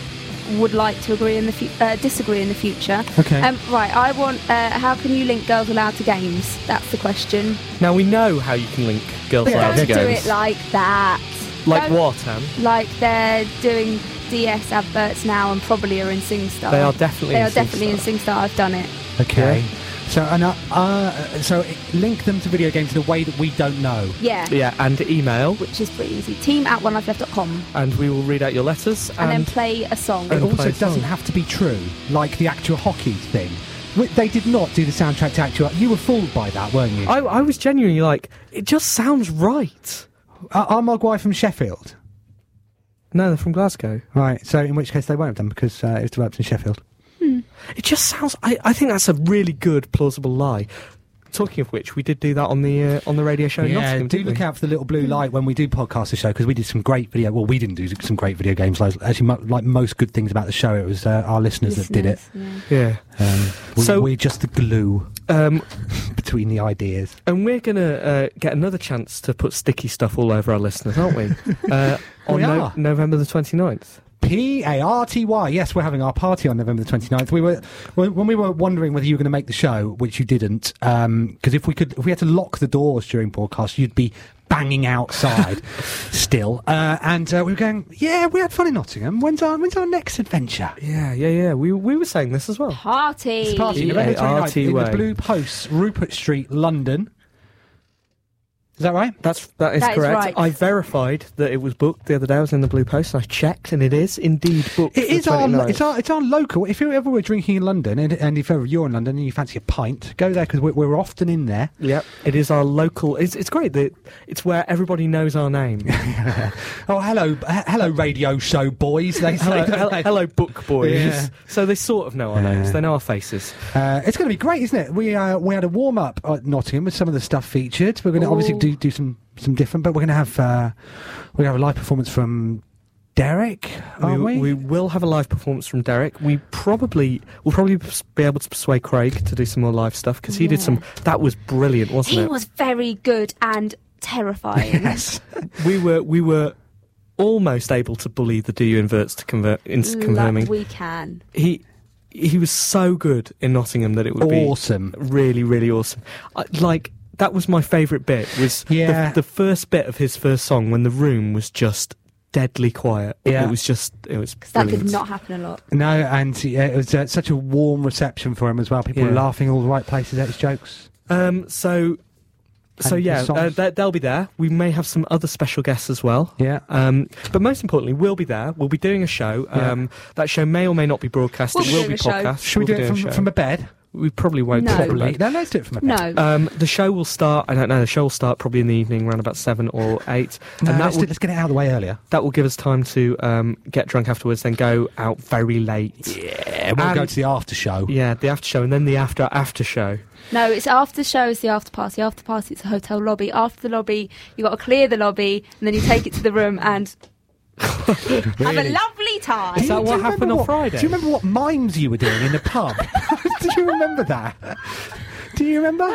B: would like to agree in the fu- uh, disagree in the future.
A: Okay.
B: Um, right, I want. Uh, how can you link girls allowed to games? That's the question.
C: Now we know how you can link girls'
A: Yeah,
C: Aloud
B: Don't
C: to
B: do
C: games.
B: it like that.
C: Like
B: Don't-
C: what, Anne?
B: Like they're doing DS adverts now and probably are in SingStar.
C: They are definitely.
B: They
C: in
B: are definitely in
C: sync.
B: SingStar. I've done it.
A: Okay. So and uh, uh, so link them to video games in a way that we don't know.
B: Yeah.
C: Yeah, and email,
B: Which is pretty easy. Team at onelifeleft.com
C: and we will read out your letters.
B: and,
C: And,
B: then play a song.
A: It
C: And
A: also
C: play a song.
A: doesn't have to be true, like the actual hockey thing. Wh- They did not do the soundtrack to actual. You were fooled by that, weren't you?
C: I, I was genuinely like, it just sounds right.
A: Are, are Mogwai from Sheffield?
C: No, they're from Glasgow.
A: Right. So in which case they won't have done because uh, it was developed in Sheffield.
C: It just sounds. I, I think that's a really good plausible lie. Talking of which, we did do that on the uh, on the radio show. in Nottingham,
A: do
C: didn't
A: look
C: we?
A: out for the little blue light when we do podcast the show because we did some great video. Well, we didn't do some great video games. Like, actually, mo- like most good things about the show, it was uh, our listeners, that did it.
B: Listeners,
C: Yeah.
A: Um, we,
C: So-
A: we're just the glue
C: Um,
A: between the ideas.
C: and we're gonna uh, get another chance to put sticky stuff all over our listeners, aren't we? uh, on
A: We
C: no-
A: are.
C: November the 29th.
A: P A R T Y. Yes, we're having our party on November the 29th. We were when when we were wondering whether you were going to make the show, which you didn't, because if we could, if we had to lock the doors during broadcast, you'd be banging outside still. Uh, and uh, we were going, yeah, we had fun in Nottingham. When's our when's our next adventure?
C: Yeah, yeah, yeah. We we were saying this as well.
B: Party.
A: It's a party, November 29th, in the
C: P-A-R-T-Y.
A: Blue Posts, Rupert Street, London. Is that right?
C: That's that is
B: That is
C: correct.
B: right.
C: I verified that it was booked the other day. I was in the Blue Post and I checked, and it is indeed booked.
A: It
C: for
A: is
C: the
A: our
C: 29th.
A: it's our it's our local. If you ever were drinking in London, and, and if ever you're in London and you fancy a pint, go there because we're, we're often in there.
C: Yep, it is our local. It's, it's great that it's where everybody knows our name.
A: Oh, hello, h- hello, radio show boys. They say,
C: hello,
A: don't
C: hel-
A: they?
C: hello, book boys.
A: Yeah.
C: So they sort of know our names. They know our faces.
A: Uh, it's going to be great, isn't it? We uh, we had a warm up at Nottingham with some of the stuff featured. We're going to obviously do, do some some different, but we're going to have uh, we have a live performance from Derek, aren't we?
C: we will have a live performance from Derek. We probably will probably be able to persuade Craig to do some more live stuff because he did some. That was brilliant, wasn't
B: He
C: it?
B: was very good and terrifying.
A: yes.
C: We were we were almost able to bully the do you inverts to convert into confirming.
B: Like we can.
C: he he was so good in Nottingham that it would
A: Awesome.
C: be really really awesome. I, like that was my favourite bit was
A: Yeah.
C: the, the first bit of his first song when the room was just deadly quiet.
A: Yeah.
C: it was just it was
B: That
C: brilliant.
B: could not happen a lot.
A: No, and yeah, it was uh, such a warm reception for him as well. People were
C: Yeah.
A: laughing all the right places at his jokes.
C: Um, so. So
A: And
C: yeah,
A: the songs.
C: uh, they, they'll be there. We may have some other special guests as well.
A: Yeah.
C: Um, but most importantly, we'll be there. We'll be doing a show.
A: Yeah.
C: Um, that show may or may not be broadcast.
B: We'll
C: it
B: be
C: will
B: doing
C: be
B: a show.
C: podcast.
A: Should we do it from, from a bed?
C: We probably won't.
B: No.
C: do it from a
A: Probably.
C: bed.
A: No, let's do it from a bed.
B: No.
C: Um, the show will start. I don't know. The show will start probably in the evening, around about seven or eight,
A: No,
C: and that
A: let's,
C: will,
A: do- let's get it out of the way earlier.
C: that will give us time to um, get drunk afterwards, then go out very late. Yeah,
A: Yeah, we'll go
C: And-
A: to the after show.
C: the after show, and then the after after show.
B: No, it's after show is the after party. After party, it's a hotel lobby. After the lobby, you got to clear the lobby and then you take it to the room and have a
A: Really?
B: lovely time.
C: Is that
A: Do you
C: what
A: remember
C: happened on
A: what-
C: Friday?
A: Do you remember what mimes you were doing in the pub? do you remember that? Do you remember?
C: Uh,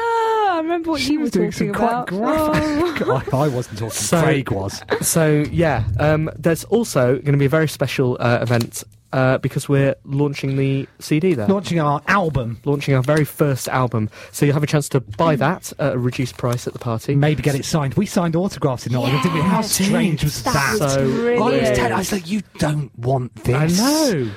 B: Ah, I remember what
A: She
B: you were
A: was doing
B: talking
A: some
B: about. Oh.
A: quite graphic. God, I wasn't talking.
C: oh. So-
A: Craig was.
C: So yeah, um, there's also going to be a very special uh, event uh, because we're launching the CD there.
A: Launching our album.
C: Launching our very first album, so you'll have a chance to buy that at a reduced price at the party.
A: Maybe get it signed. We signed autographs in Nottingham, didn't we? How
B: Yes.
A: strange was
B: That
A: that?
B: was
C: So-
B: brilliant.
A: I was telling, I was like, you don't want this.
C: I know.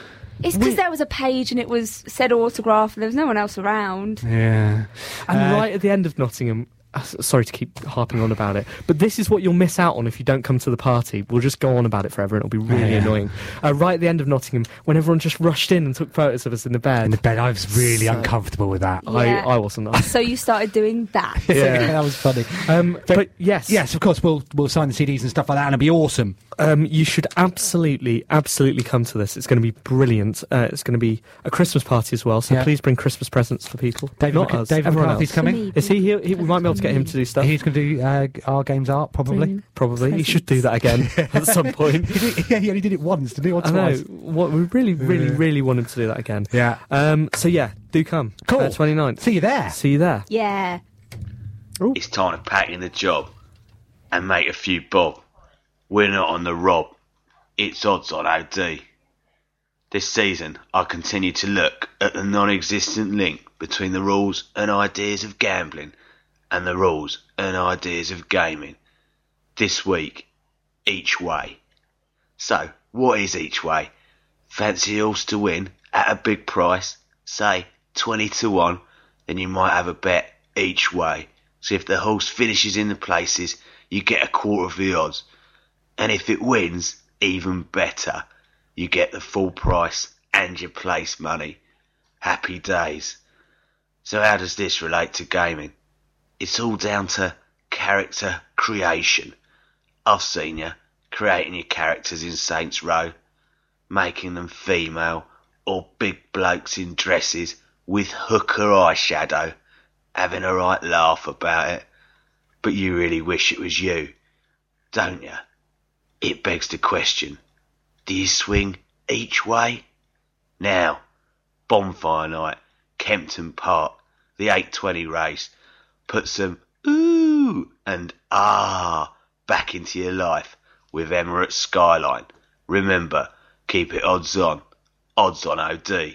B: It's because there was a page and it was said autograph and there was no one else around.
A: Yeah.
C: And
A: Uh,
C: right at the end of Nottingham, uh, s- sorry to keep harping on about it, but this is what you'll miss out on if you don't come to the party. We'll just go on about it forever, and it'll be really
A: Yeah.
C: annoying. Uh, right at the end of Nottingham, when everyone just rushed in and took photos of us in the bed,
A: In the bed, I was really
C: So-
A: uncomfortable with that.
C: I,
B: Yeah.
C: I wasn't. I-
B: So you started doing that.
C: yeah.
A: that was funny. Uh,
C: Um, but yes,
A: Yes, of course, we'll we'll sign the CDs and stuff like that, and it'll be awesome.
C: um, you should absolutely, absolutely come to this. It's going to be brilliant. Uh, it's going to be a Christmas party as well, so
A: Yeah.
C: please bring Christmas presents for people.
A: David,
C: Not
A: Mc-
C: us,
A: David
C: everyone
A: McCarthy's
C: else.
A: coming.
B: Me.
C: Is he here? He, we might be able to get him to do stuff.
A: He's going to do uh, our games art probably.
B: Bring-
C: Probably. He should do that again at some point.
A: He did- yeah, he only did it once, didn't he? Or
C: I know.
A: twice.
C: What, we really, really, really want him to do that again.
A: Yeah.
C: Um, so, yeah, do come.
A: Cool.
C: Uh, 29th.
A: See you there.
C: See you there.
B: Yeah.
F: It's time to pack in the job and make a few bob. We're not on the rob. It's odds on OD. This season, I continue to look at the non existent link between the rules and ideas of gambling and the rules and ideas of gaming. This week, each way. So, what is each way? Fancy horse to win at a big price, say 20 to 1, then you might have a bet each way. So if the horse finishes in the places, you get a quarter of the odds. And if it wins, even better. You get the full price and your place money. Happy days. So how does this relate to gaming? It's all down to character creation. I've seen you creating your characters in Saints Row making them female or big blokes in dresses with hooker eyeshadow, having a right laugh about it. But you really wish it was you, don't you? It begs the question do you swing each way? Now, bonfire night, Kempton Park, the 820 race, put some ooh and ah back into your life with Emirates Skyline. Remember, keep it odds on. Odds on OD.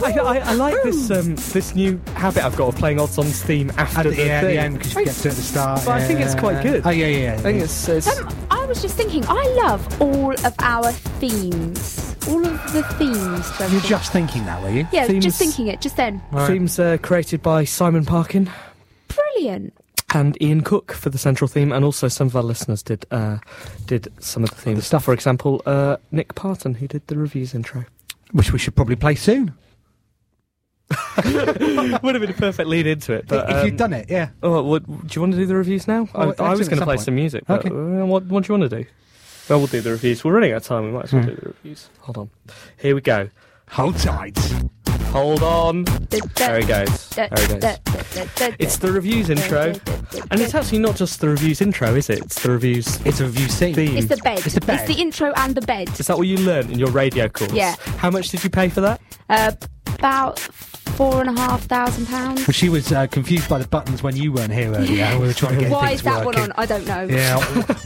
C: I, I, I like this um, this new habit I've got of playing odds on Steam
A: At
C: after
A: the,
C: the
A: yeah, at
C: thing.
A: the end because you get to at the start.
C: But I think it's
A: yeah.
C: quite good.
A: Oh yeah, yeah. yeah.
C: I think it's, it's
B: Um, I was just thinking, I love all of our themes. All of the themes. to
A: You're
B: everything.
A: just thinking that, were you?
B: yeah,
C: themes-
B: just thinking it, just then.
C: themes uh, created by Simon Parkin.
B: Brilliant.
C: and Ian Cook for the central theme, and also some of our listeners did uh, did some of the themes. Stuff, for example, uh, Nick Parton, who did the reviews intro.
A: Which we should probably play soon.
C: Would have been a perfect lead into it,
A: if you'd done it, yeah.
C: Oh, what, do you want to do the reviews now?
A: Oh,
C: I, I
A: actually,
C: was going
A: at
C: to
A: some
C: play
A: point.
C: some music. But,
A: Okay.
C: uh, what, what do you want to do? Well, we'll do the reviews. We're running out of time. We might as well
A: Hmm.
C: do the reviews. Hold on. Here we go.
A: Hold tight.
C: Hold on. There he goes. There he goes. It's the reviews intro. And it's actually not just the reviews intro, is it? It's the reviews
A: It's a review scene.
C: theme.
B: It's the bed.
A: It's the bed.
B: intro and the bed.
C: Is that what you learned in your radio course?
B: Yeah.
C: How much did you pay for that?
B: Uh, about four and a half thousand pounds.
A: Well, she was uh, confused by the buttons when you weren't here earlier. and We were trying to get
B: Why
A: things
B: is that
A: working.
B: one on? I don't know.
A: Yeah,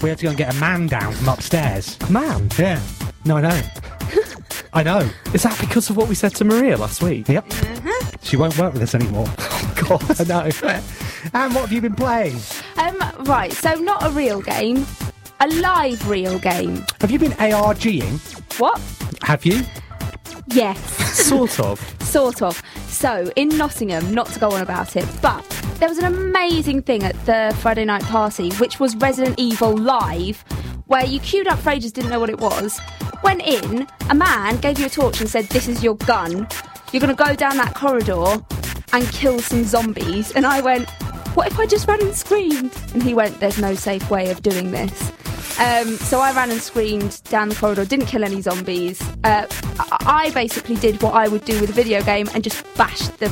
A: we had to go and get a man down from upstairs.
C: Man.
A: Yeah. No, I know. I know.
C: Is that because of what we said to Maria last week?
A: Yep.
B: Uh-huh.
A: She won't work with us anymore.
C: Oh, God.
A: I know. and what have you been playing?
B: Um, right, so not a real game, a live real game.
A: Have you been ARGing?
B: What?
A: Have you?
B: Yes,
C: sort of.
B: sort of. So in Nottingham, not to go on about it, but there was an amazing thing at the Friday night party, which was Resident Evil Live, where you queued up for ages, didn't know what it was. Went in, a man gave you a torch and said, "This is your gun. You're gonna go down that corridor and kill some zombies." And I went, "What if I just ran and screamed?" And he went, "There's no safe way of doing this." Um, so I ran and screamed down the corridor, didn't kill any zombies. Uh, I I basically did what I would do with a video game and just bashed the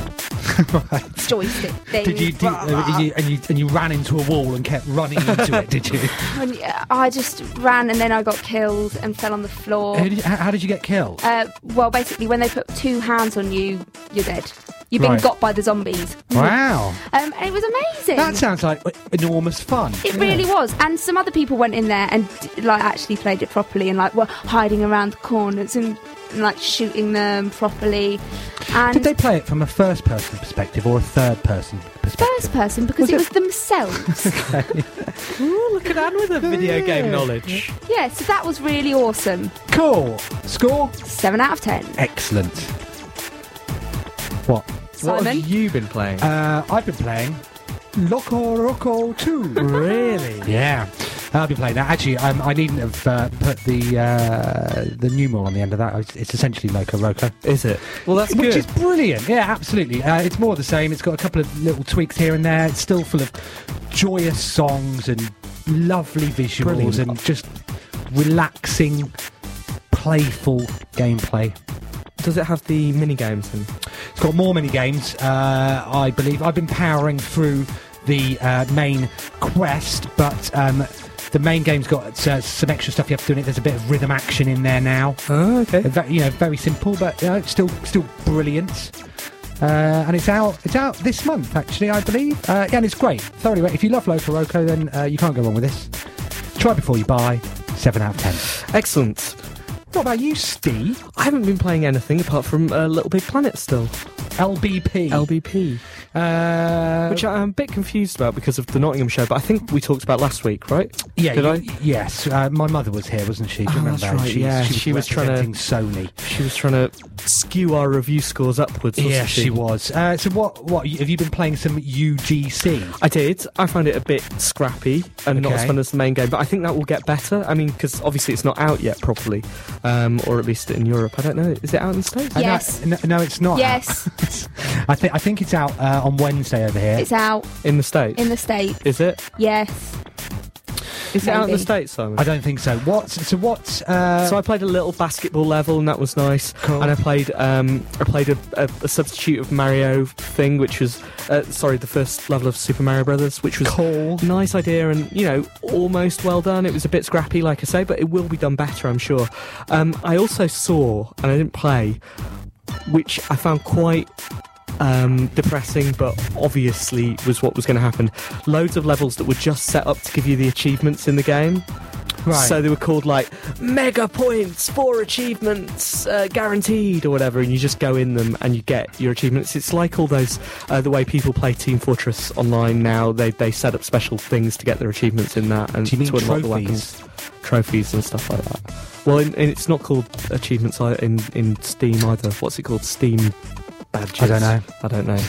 B: joystick thing.
A: Did you, do, uh, you and you and you ran into a wall and kept running into it? Did you?
B: And, yeah, I just ran and then I got killed and fell on the floor.
A: How did you, how- how did you get killed?
B: Uh, well, basically, when they put two hands on you, you're dead. You've been
A: Right.
B: got by the zombies.
A: wow,
B: Um, and it was amazing.
A: that sounds like enormous fun.
B: It
A: Yeah.
B: really was. And some other people went in there and d- like actually played it properly and like were hiding around the corners and, and like shooting them properly. And
A: Did they play it from a first person perspective or a third person perspective?
B: first person because
A: Was
B: it
A: it-
B: was themselves.
C: Ooh, look at Anne with her video game knowledge.
B: yeah, so that was really awesome.
A: Cool. Score?
B: Seven out of ten.
A: Excellent. What?
C: What have
B: Simon,
C: you been playing?
A: Uh, I've been playing Loco Roco 2.
C: really?
A: Yeah, I'll be playing that. Actually, um, I needn't have uh, put the uh, the numeral on the end of that. It's, it's essentially Loco Roco,
C: Is it? Well, that's
A: which
C: good.
A: is brilliant. Yeah, absolutely. Uh, it's more of the same. It's got a couple of little tweaks here and there. It's still full of joyous songs and lovely visuals
C: Brilliant.
A: and just relaxing, playful gameplay.
C: Does it have the mini games? In?
A: It's got more mini games, uh, I believe. I've been powering through the uh, main quest, but um, the main game's got uh, some extra stuff you have to do in it. There's a bit of rhythm action in there now.
C: Oh, okay.
A: Ve- you know, very simple, but uh, still, still brilliant. Uh, and it's out. It's out this month, actually, I believe. Uh, yeah, and it's great. Thoroughly, great. if you love Loco Roco, then uh, you can't go wrong with this. Try before you buy. Seven out of ten.
C: Excellent.
A: What about you, Steve?
C: I haven't been playing anything apart from uh, Little Big Planet still.
A: LBP.
C: LBP.
A: uh,
C: Which I'm a bit confused about because of the Nottingham show, but I think we talked about last week, right?
A: Yeah,
C: Did
A: y-
C: I?
A: Yes, uh, my mother was here, wasn't she? Do you
C: Oh,
A: remember?
C: that's right,
A: She,
C: yeah,
A: she,
C: she was
A: was
C: trying to-
A: representing Sony.
C: She was trying to skew our review scores upwards. Wasn't
A: yeah, she was. Uh, so what? What have you been playing? Some UGC?
C: I did. I found it a bit scrappy and not as
A: Okay.
C: fun as the main game, but I think that will get better. I mean, because obviously it's not out yet properly, um, or at least in Europe. I don't know. Is it out in the States?
A: Uh, no,
B: Yes.
A: No, no, it's not.
B: Yes.
A: out. I think I think it's out uh, on Wednesday over here.
B: it's out
C: In the States?
B: in the States.
C: Is it?
B: Yes.
C: Is it out in the
B: Maybe.
C: States, Simon?
A: I don't think so. What? So what? Uh,
C: So I played a little basketball level, and that was nice.
A: Cool.
C: And I played, um, I played a, a, a substitute of Mario thing, which was, uh, sorry, the first level of Super Mario Brothers, which was
A: Cool.
C: nice idea, and you know, almost well done. It was a bit scrappy, like I say, but it will be done better, I'm sure. Um, I also saw, and I didn't play, which I found quite um, depressing, but obviously was what was going to happen. Loads of levels that were just set up to give you the achievements in the game.
A: right.
C: So they were called like mega points, four achievements uh, guaranteed, or whatever, and you just go in them and you get your achievements. It's like all those uh, the way people play Team Fortress online now. They they set up special things to get their achievements in that and
A: Do you mean
C: to unlock the
A: trophies?
C: weapons, trophies and stuff like that. Well, in, in, it's not called achievements ei- in in Steam either. What's it called? Steam badges.
A: I don't know.
C: I don't know.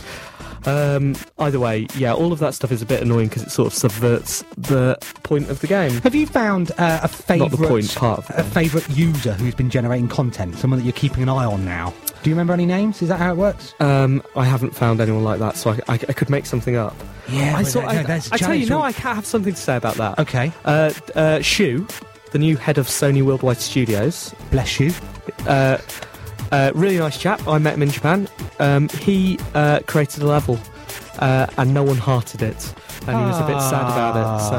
C: Um, either way, yeah, all of that stuff is a bit annoying because it sort of subverts the point of the game.
A: Have you found uh, a
C: Not
A: favourite
C: the point part of
A: a favourite user who's been generating content? Someone that you're keeping an eye on now. Do you remember any names? Is that how it works?
C: Um, I haven't found anyone like that, so I, I, I could make something up.
A: Yeah,
C: I,
A: well,
C: saw-
A: no,
C: I,
A: no, that's a
C: I tell you,
A: challenge.
C: no, I ca- have something to say about that.
A: Okay,
C: Uh, uh, Shu, the new head of Sony Worldwide Studios,
A: bless you.
C: uh, uh, really nice chap. I met him in Japan. Um, he uh, created a level, uh, and no one hearted it, and he was a bit sad about it.
B: Ah.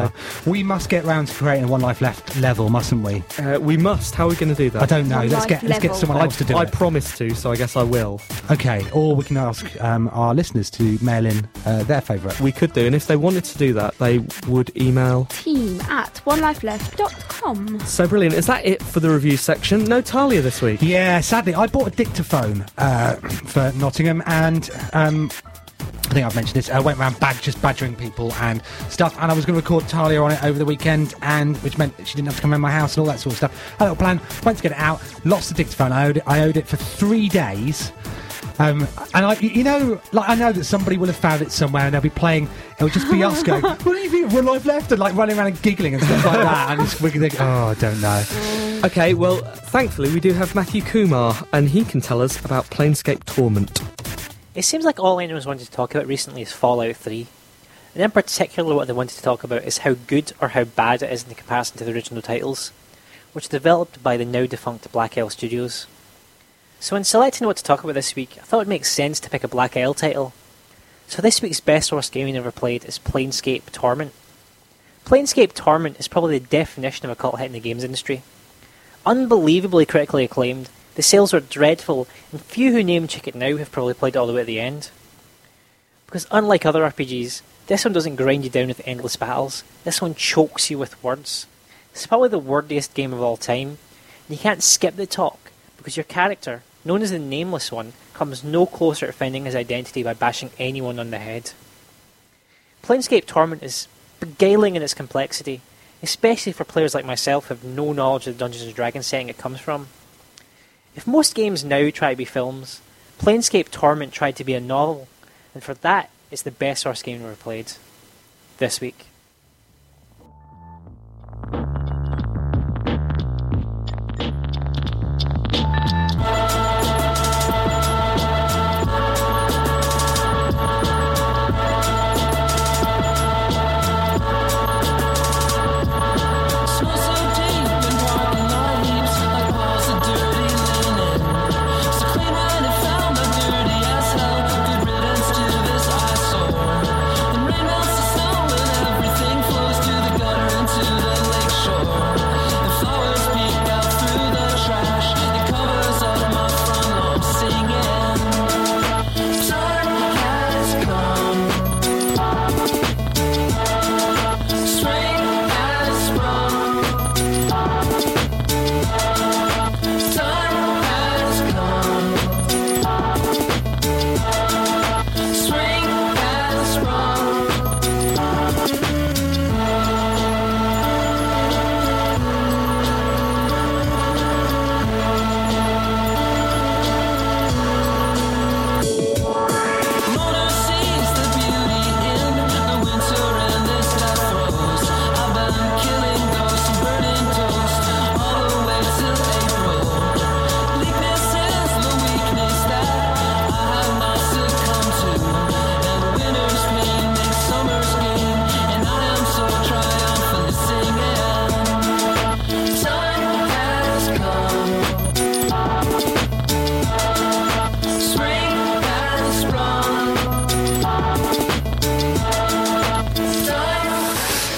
A: So we must get round to creating a one life left level, mustn't we?
C: So uh, we must. How are we going to do that?
A: Ah. I don't know.
B: One
A: let's
B: life
A: get let's get
B: level.
A: someone
C: I,
A: else to do
C: I
A: it.
C: promised to, so I guess I will.
A: okay, or we can ask um, our listeners to mail in uh, their favourite.
C: We could do, and if they wanted to do that, they would email
B: Team at onelifeleft.com.
C: So brilliant. Is that it for the review section? No Talia this week.
A: Yeah, sadly, I bought a dictaphone uh, for Nottingham, and um, I think I've mentioned this. I went around bad, just badgering people and stuff, and I was going to record Talia on it over the weekend, and which meant she didn't have to come around my house and all that sort of stuff. Had a little plan, went to get it out, lost the dictaphone. I owed it, I owed it for three days. Um, and I, you know, like I know that somebody will have found it somewhere, and they'll be playing. It'll just be us going, "What do you think? One life left," and like running around and giggling and stuff like that. And it's, we're going to, oh, I don't know.
C: Okay, well, thankfully we do have Matthew Kumar, and he can tell us about Planescape Torment.
G: It seems like all anyone's wanted to talk about recently is Fallout 3. And in particular, what they wanted to talk about is how good or how bad it is in comparison to the original titles, which are developed by the now defunct Black Isle Studios. So, in selecting what to talk about this week, I thought it makes sense to pick a Black Isle title. So, this week's best worst game you never played is Planescape Torment. Planescape Torment is probably the definition of a cult hit in the games industry. Unbelievably critically acclaimed, the sales were dreadful, and few who name check it now have probably played it all the way to the end. Because unlike other RPGs, this one doesn't grind you down with endless battles. This one chokes you with words. It's probably the wordiest game of all time, and you can't skip the talk because your character, known as the Nameless One, comes no closer to finding his identity by bashing anyone on the head. Planescape Torment is beguiling in its complexity, especially for players like myself who have no knowledge of the Dungeons and Dragons setting it comes from. If most games now try to be films, Planescape Torment tried to be a novel, and for that, it's the best source game ever played this week.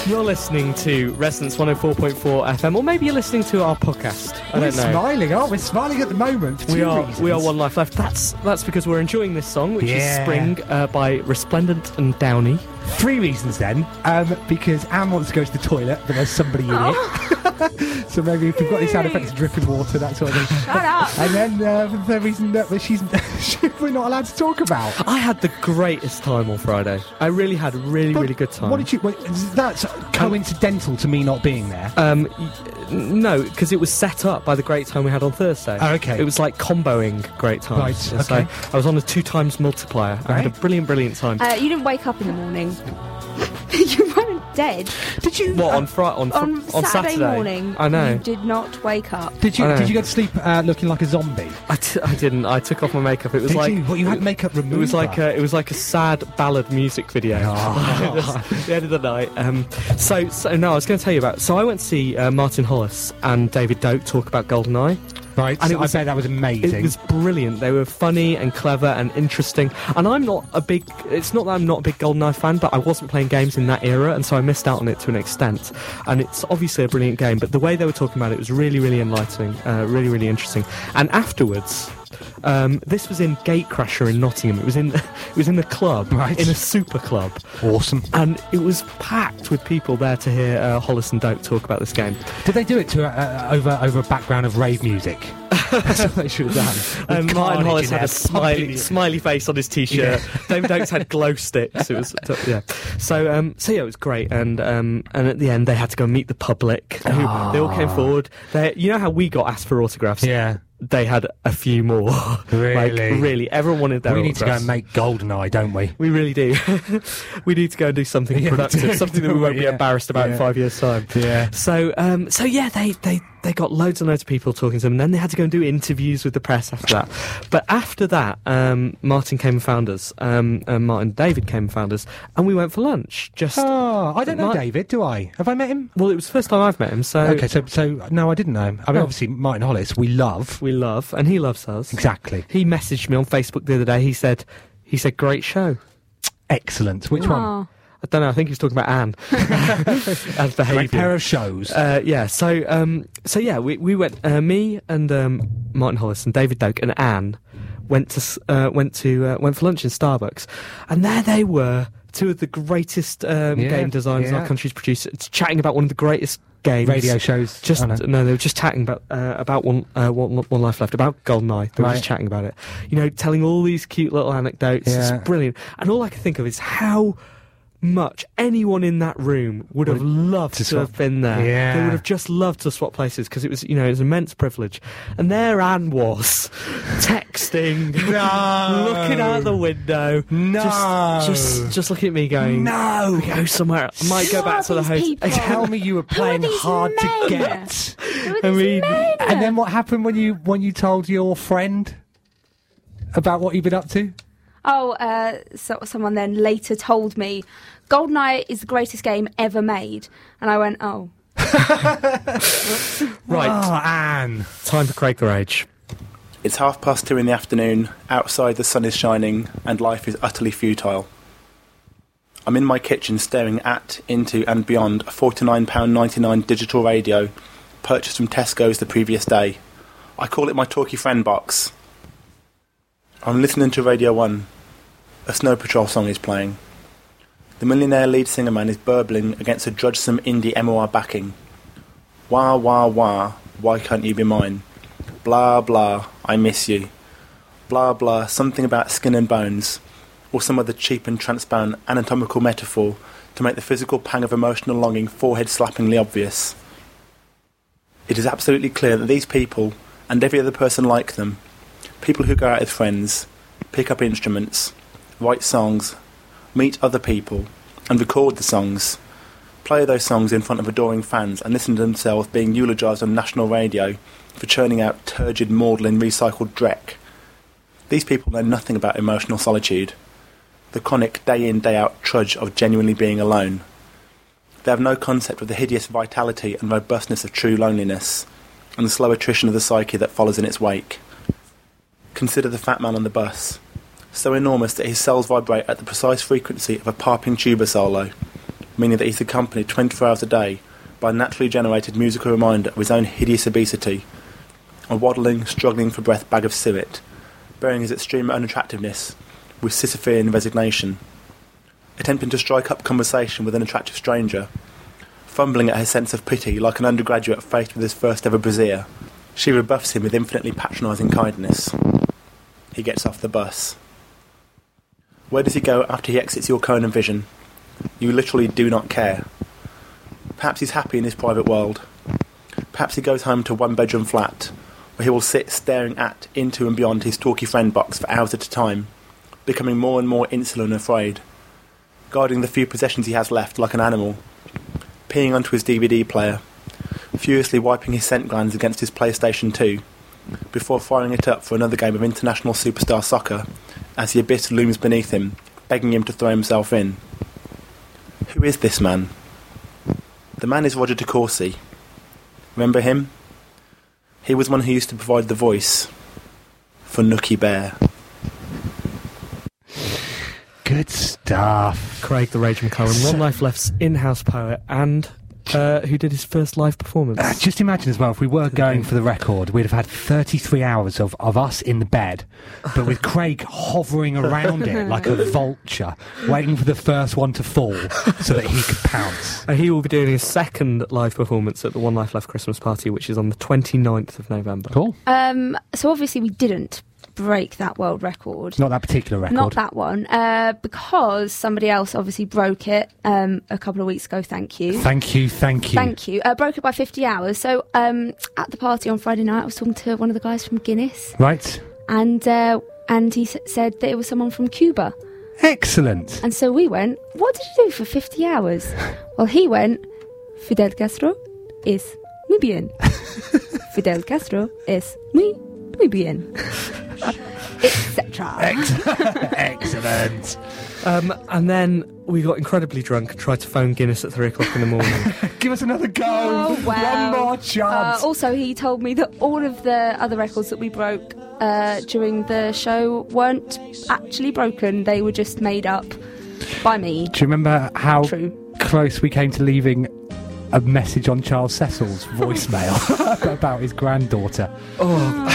C: You're listening to Resonance 104.4 FM, or maybe you're listening to our podcast. I
A: We're
C: don't know.
A: smiling, aren't we? Smiling at the moment. for
C: We
A: two
C: are we are
A: reasons.
C: one life left. That's that's because we're enjoying this song, which
A: Yeah.
C: is "Spring" uh, by Resplendent and Downey.
A: Three reasons then, um, because Anne wants to go to the toilet, but there's somebody in
C: Oh.
A: it. so maybe if we've got any sound effects, dripping water, that sort of thing. Shut
B: up.
A: And then uh, the third reason that that she's she, we're not allowed to talk about.
C: I had the greatest time on Friday. I really had a really really good time.
A: What did you? Wait, that's coincidental to me not being there.
C: Um, y- n- no, because it was set up by the great time we had on Thursday.
A: Oh, okay.
C: It was like comboing great times.
A: Right,
C: So
A: okay.
C: I was on a two times multiplier. I had a brilliant brilliant time.
B: Uh, you didn't wake up in the morning. you weren't dead.
A: Did you?
C: what on Friday on, fr-
B: uh, On,
C: on
B: Saturday,
C: Saturday
B: morning,
C: I know.
B: you did not wake up.
A: Did you?
C: I know.
A: Did you go to sleep uh, looking like a zombie?
C: I, t- I didn't. I took off my makeup. It was
A: Did
C: like
A: you? What you had makeup removed?
C: It was like a, it was like a sad ballad music video.
A: Oh.
C: the end of the night. Um, so so no, I was going to tell you about. So I went to see uh, Martin Hollis and David Doak talk about Goldeneye.
A: right.
C: and it
A: so
C: was-
A: I bet that was amazing.
C: It was brilliant. They were funny and clever and interesting. And I'm not a big. It's not that I'm not a big Goldeneye fan, but I wasn't playing games in that era, and so I missed out on it to an extent. And it's obviously a brilliant game, but the way they were talking about it was really, really enlightening, uh, really, really interesting. And afterwards. Um, this was in Gatecrasher in Nottingham. It was in, it was in the club,
A: Right.
C: in a super club,
A: awesome.
C: and it was packed with people there to hear uh, Hollis and Doak talk about this game.
A: Did they do it to uh, uh, over over a background of rave music? That's what they should have done.
C: Um, Martin
A: With carnage
C: Hollis
A: in
C: had
A: there,
C: a smiley,
A: pumping it.
C: smiley face on his t-shirt. David Oakes had glow sticks. It was yeah. So um, so yeah, it was great. And um, and at the end, they had to go and meet the public. who- They all came forward. They, you know how we got asked for autographs.
A: Ah. Yeah.
C: They had a few more. like,
A: Really?
C: really. Everyone wanted their
A: we need to go
C: autographs.
A: and make Goldeneye, don't we?
C: We really do. we need to go and do something
A: Yeah, we do,
C: productive, something that we
A: don't
C: won't
A: we?
C: be
A: Yeah.
C: embarrassed about
A: Yeah.
C: in five years' time.
A: Yeah.
C: So, um, so yeah, they, they, they got loads and loads of people talking to them, and then they had to go and do interviews with the press after that. But after that, um, Martin came and found us, um, and Martin and David came and found us, and we went for lunch. Just
A: Oh, I don't know
C: Mar-
A: David, do I? Have I met him?
C: well, it was the first time I've met him, so
A: Okay, so so no, I didn't know him. I mean,
C: No.
A: obviously Martin Hollis, we love
C: we love, and he loves us.
A: exactly.
C: He messaged me on Facebook the other day. He said, he said, great show.
A: Excellent. Which
C: Ah.
A: one?
B: Oh.
C: I don't know. I think he was talking about Anne. Anne's
A: Great
C: behaviour.
A: pair of shows.
C: Uh, yeah, so um, so yeah, we we went. Uh, me and um, Martin Hollis and David Doak and Anne went to s- uh, went to uh, went for lunch in Starbucks, and there they were, two of the greatest um,
A: Yeah,
C: game designers our
A: yeah.
C: country's produced, chatting about one of the greatest games.
A: Radio shows.
C: Just
A: Oh, no.
C: no, they were just chatting about uh, about one, uh, one one life left about Goldeneye. They were
A: Right.
C: just chatting about it. You know, telling all these cute little anecdotes.
A: Yeah.
C: It's brilliant. And all I can think of is how much anyone in that room would have loved to,
A: swap-
C: have been there. They
A: Yeah.
C: would have just loved to swap places because it was, you know, it was an immense privilege. And there Anne was, texting, looking out the window,
A: No.
C: just, just, just looking at me going,
A: No.
C: we go somewhere. else. I might
B: Who
C: go
B: are
C: back to the
B: these
C: hotel.
B: people?
A: Tell me you were
B: Who are
A: playing
B: these
A: hard to
B: men?
A: get.
B: Who are
C: I
B: these
C: mean,
B: men?
A: And then what happened when you when you told your friend about what you've been up to?
B: Oh, uh, so, someone then later told me, GoldenEye is the greatest game ever made. And I went, oh.
C: Right,
A: Oh, Anne.
C: time for Craig Rage.
H: It's half past two in the afternoon, outside the sun is shining, and life is utterly futile. I'm in my kitchen staring at, into, and beyond a £49.99 digital radio purchased from Tesco's the previous day. I call it my talkie friend box. I'm listening to Radio 1. A Snow Patrol song is playing. The millionaire lead singer man is burbling against a drudgesome indie MOR backing. Wah, wah, wah, why can't you be mine? Blah, blah, I miss you. Blah, blah, something about skin and bones, or some other cheap and transparent anatomical metaphor to make the physical pang of emotional longing forehead slappingly obvious. It is absolutely clear that these people, and every other person like them, people who go out with friends, pick up instruments, write songs, meet other people, and record the songs, play those songs in front of adoring fans and listen to themselves being eulogised on national radio for churning out turgid, maudlin, recycled dreck. These people know nothing about emotional solitude, the chronic day in, day out trudge of genuinely being alone. They have no concept of the hideous vitality and robustness of true loneliness, and the slow attrition of the psyche that follows in its wake. Consider the fat man on the bus, so enormous that his cells vibrate at the precise frequency of a piping tuba solo meaning that he's accompanied 24 hours a day by a naturally generated musical reminder of his own hideous obesity, a waddling, struggling for breath bag of suet, bearing his extreme unattractiveness with Sisyphean resignation, attempting to strike up conversation with an attractive stranger, fumbling at her sense of pity like an undergraduate faced with his first ever brassiere. She rebuffs him with infinitely patronising kindness. He gets off the bus. Where does he go after he exits your cone of vision? You literally do not care. Perhaps he's happy in his private world. Perhaps he goes home to one bedroom flat, where he will sit staring at, into, and beyond his talky friend box for hours at a time, becoming more and more insular and afraid, guarding the few possessions he has left like an animal, peeing onto his DVD player, furiously wiping his scent glands against his PlayStation 2, before firing it up for another game of international superstar soccer as the abyss looms beneath him, begging him to throw himself in. Who is this man? The man is Roger De Courcy. Remember him? He was one who used to provide the voice for Nookie Bear.
A: Good stuff.
C: Craig the Rage McLaren, One Life Left's in-house poet, and uh, who did his first live performance.
A: Uh, just imagine as well, if we were going for the record, we'd have had 33 hours of, of us in the bed, but with Craig hovering around it like a vulture, waiting for the first one to fall so that he could pounce.
C: Uh, he will be doing his second live performance at the One Life Left Christmas party, which is on the 29th of November.
A: Cool.
B: Um, so obviously, we didn't break that world record.
A: Not that particular record.
B: Not that one, uh, because somebody else obviously broke it um, a couple of weeks ago. Thank you.
A: Thank you, thank you.
B: Thank you. Uh, broke it by 50 hours. So um, at the party on Friday night, I was talking to one of the guys from Guinness,
A: Right.
B: and uh, and he s- said that it was someone from Cuba.
A: Excellent.
B: And so we went, What did you do for 50 hours? Well, he went, Fidel Castro is muy bien. Fidel Castro es muy, muy bien. Etc.
A: Excellent.
C: Um, and then we got incredibly drunk and tried to phone Guinness at 3 o'clock in the morning.
A: Give us another go.
B: Oh, wow.
A: One more
B: Uh,
A: chance.
B: also, he told me that all of the other records that we broke uh, during the show weren't actually broken, they were just made up by me.
A: Do you remember how
B: True.
A: close we came to leaving a message on Charles Cecil's voicemail about his granddaughter?
C: oh,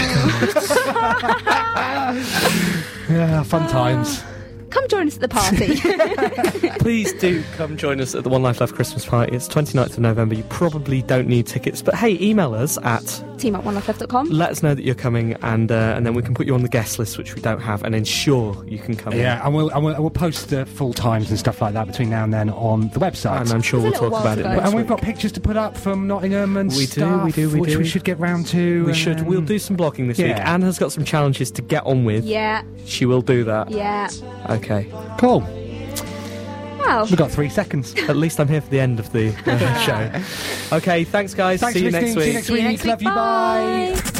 A: Yeah, fun times.
B: Come join us at the party.
C: Please do come join us at the One Life Left Christmas party. It's 29th of November. You probably don't need tickets, but hey, email us at
B: Team at onelifeleft.com.
C: let us know that you're coming, and uh, and then we can put you on the guest list, which we don't have, and ensure you can come.
A: Yeah, and we'll, and we'll, and we'll post the full times and stuff like that between now and then on the website.
C: And I'm sure It was a we'll little talk while about it ago. next
A: And we've got pictures to put up from Nottingham and
C: We do,
A: stuff,
C: we do, we
A: which
C: do.
A: we should get round to.
C: We should.
A: and-
C: We'll do some blogging this week.
A: Yeah.
C: Anne has got some challenges to get on with.
B: Yeah.
C: She will do that.
B: Yeah.
C: Okay.
A: Cool.
B: Well,
A: We've got three seconds.
C: At least I'm here for the end of the uh, show. Okay, thanks, guys.
A: Thanks
C: See
A: for
C: you next
A: listening.
C: week.
A: See you next week. Love you. Bye.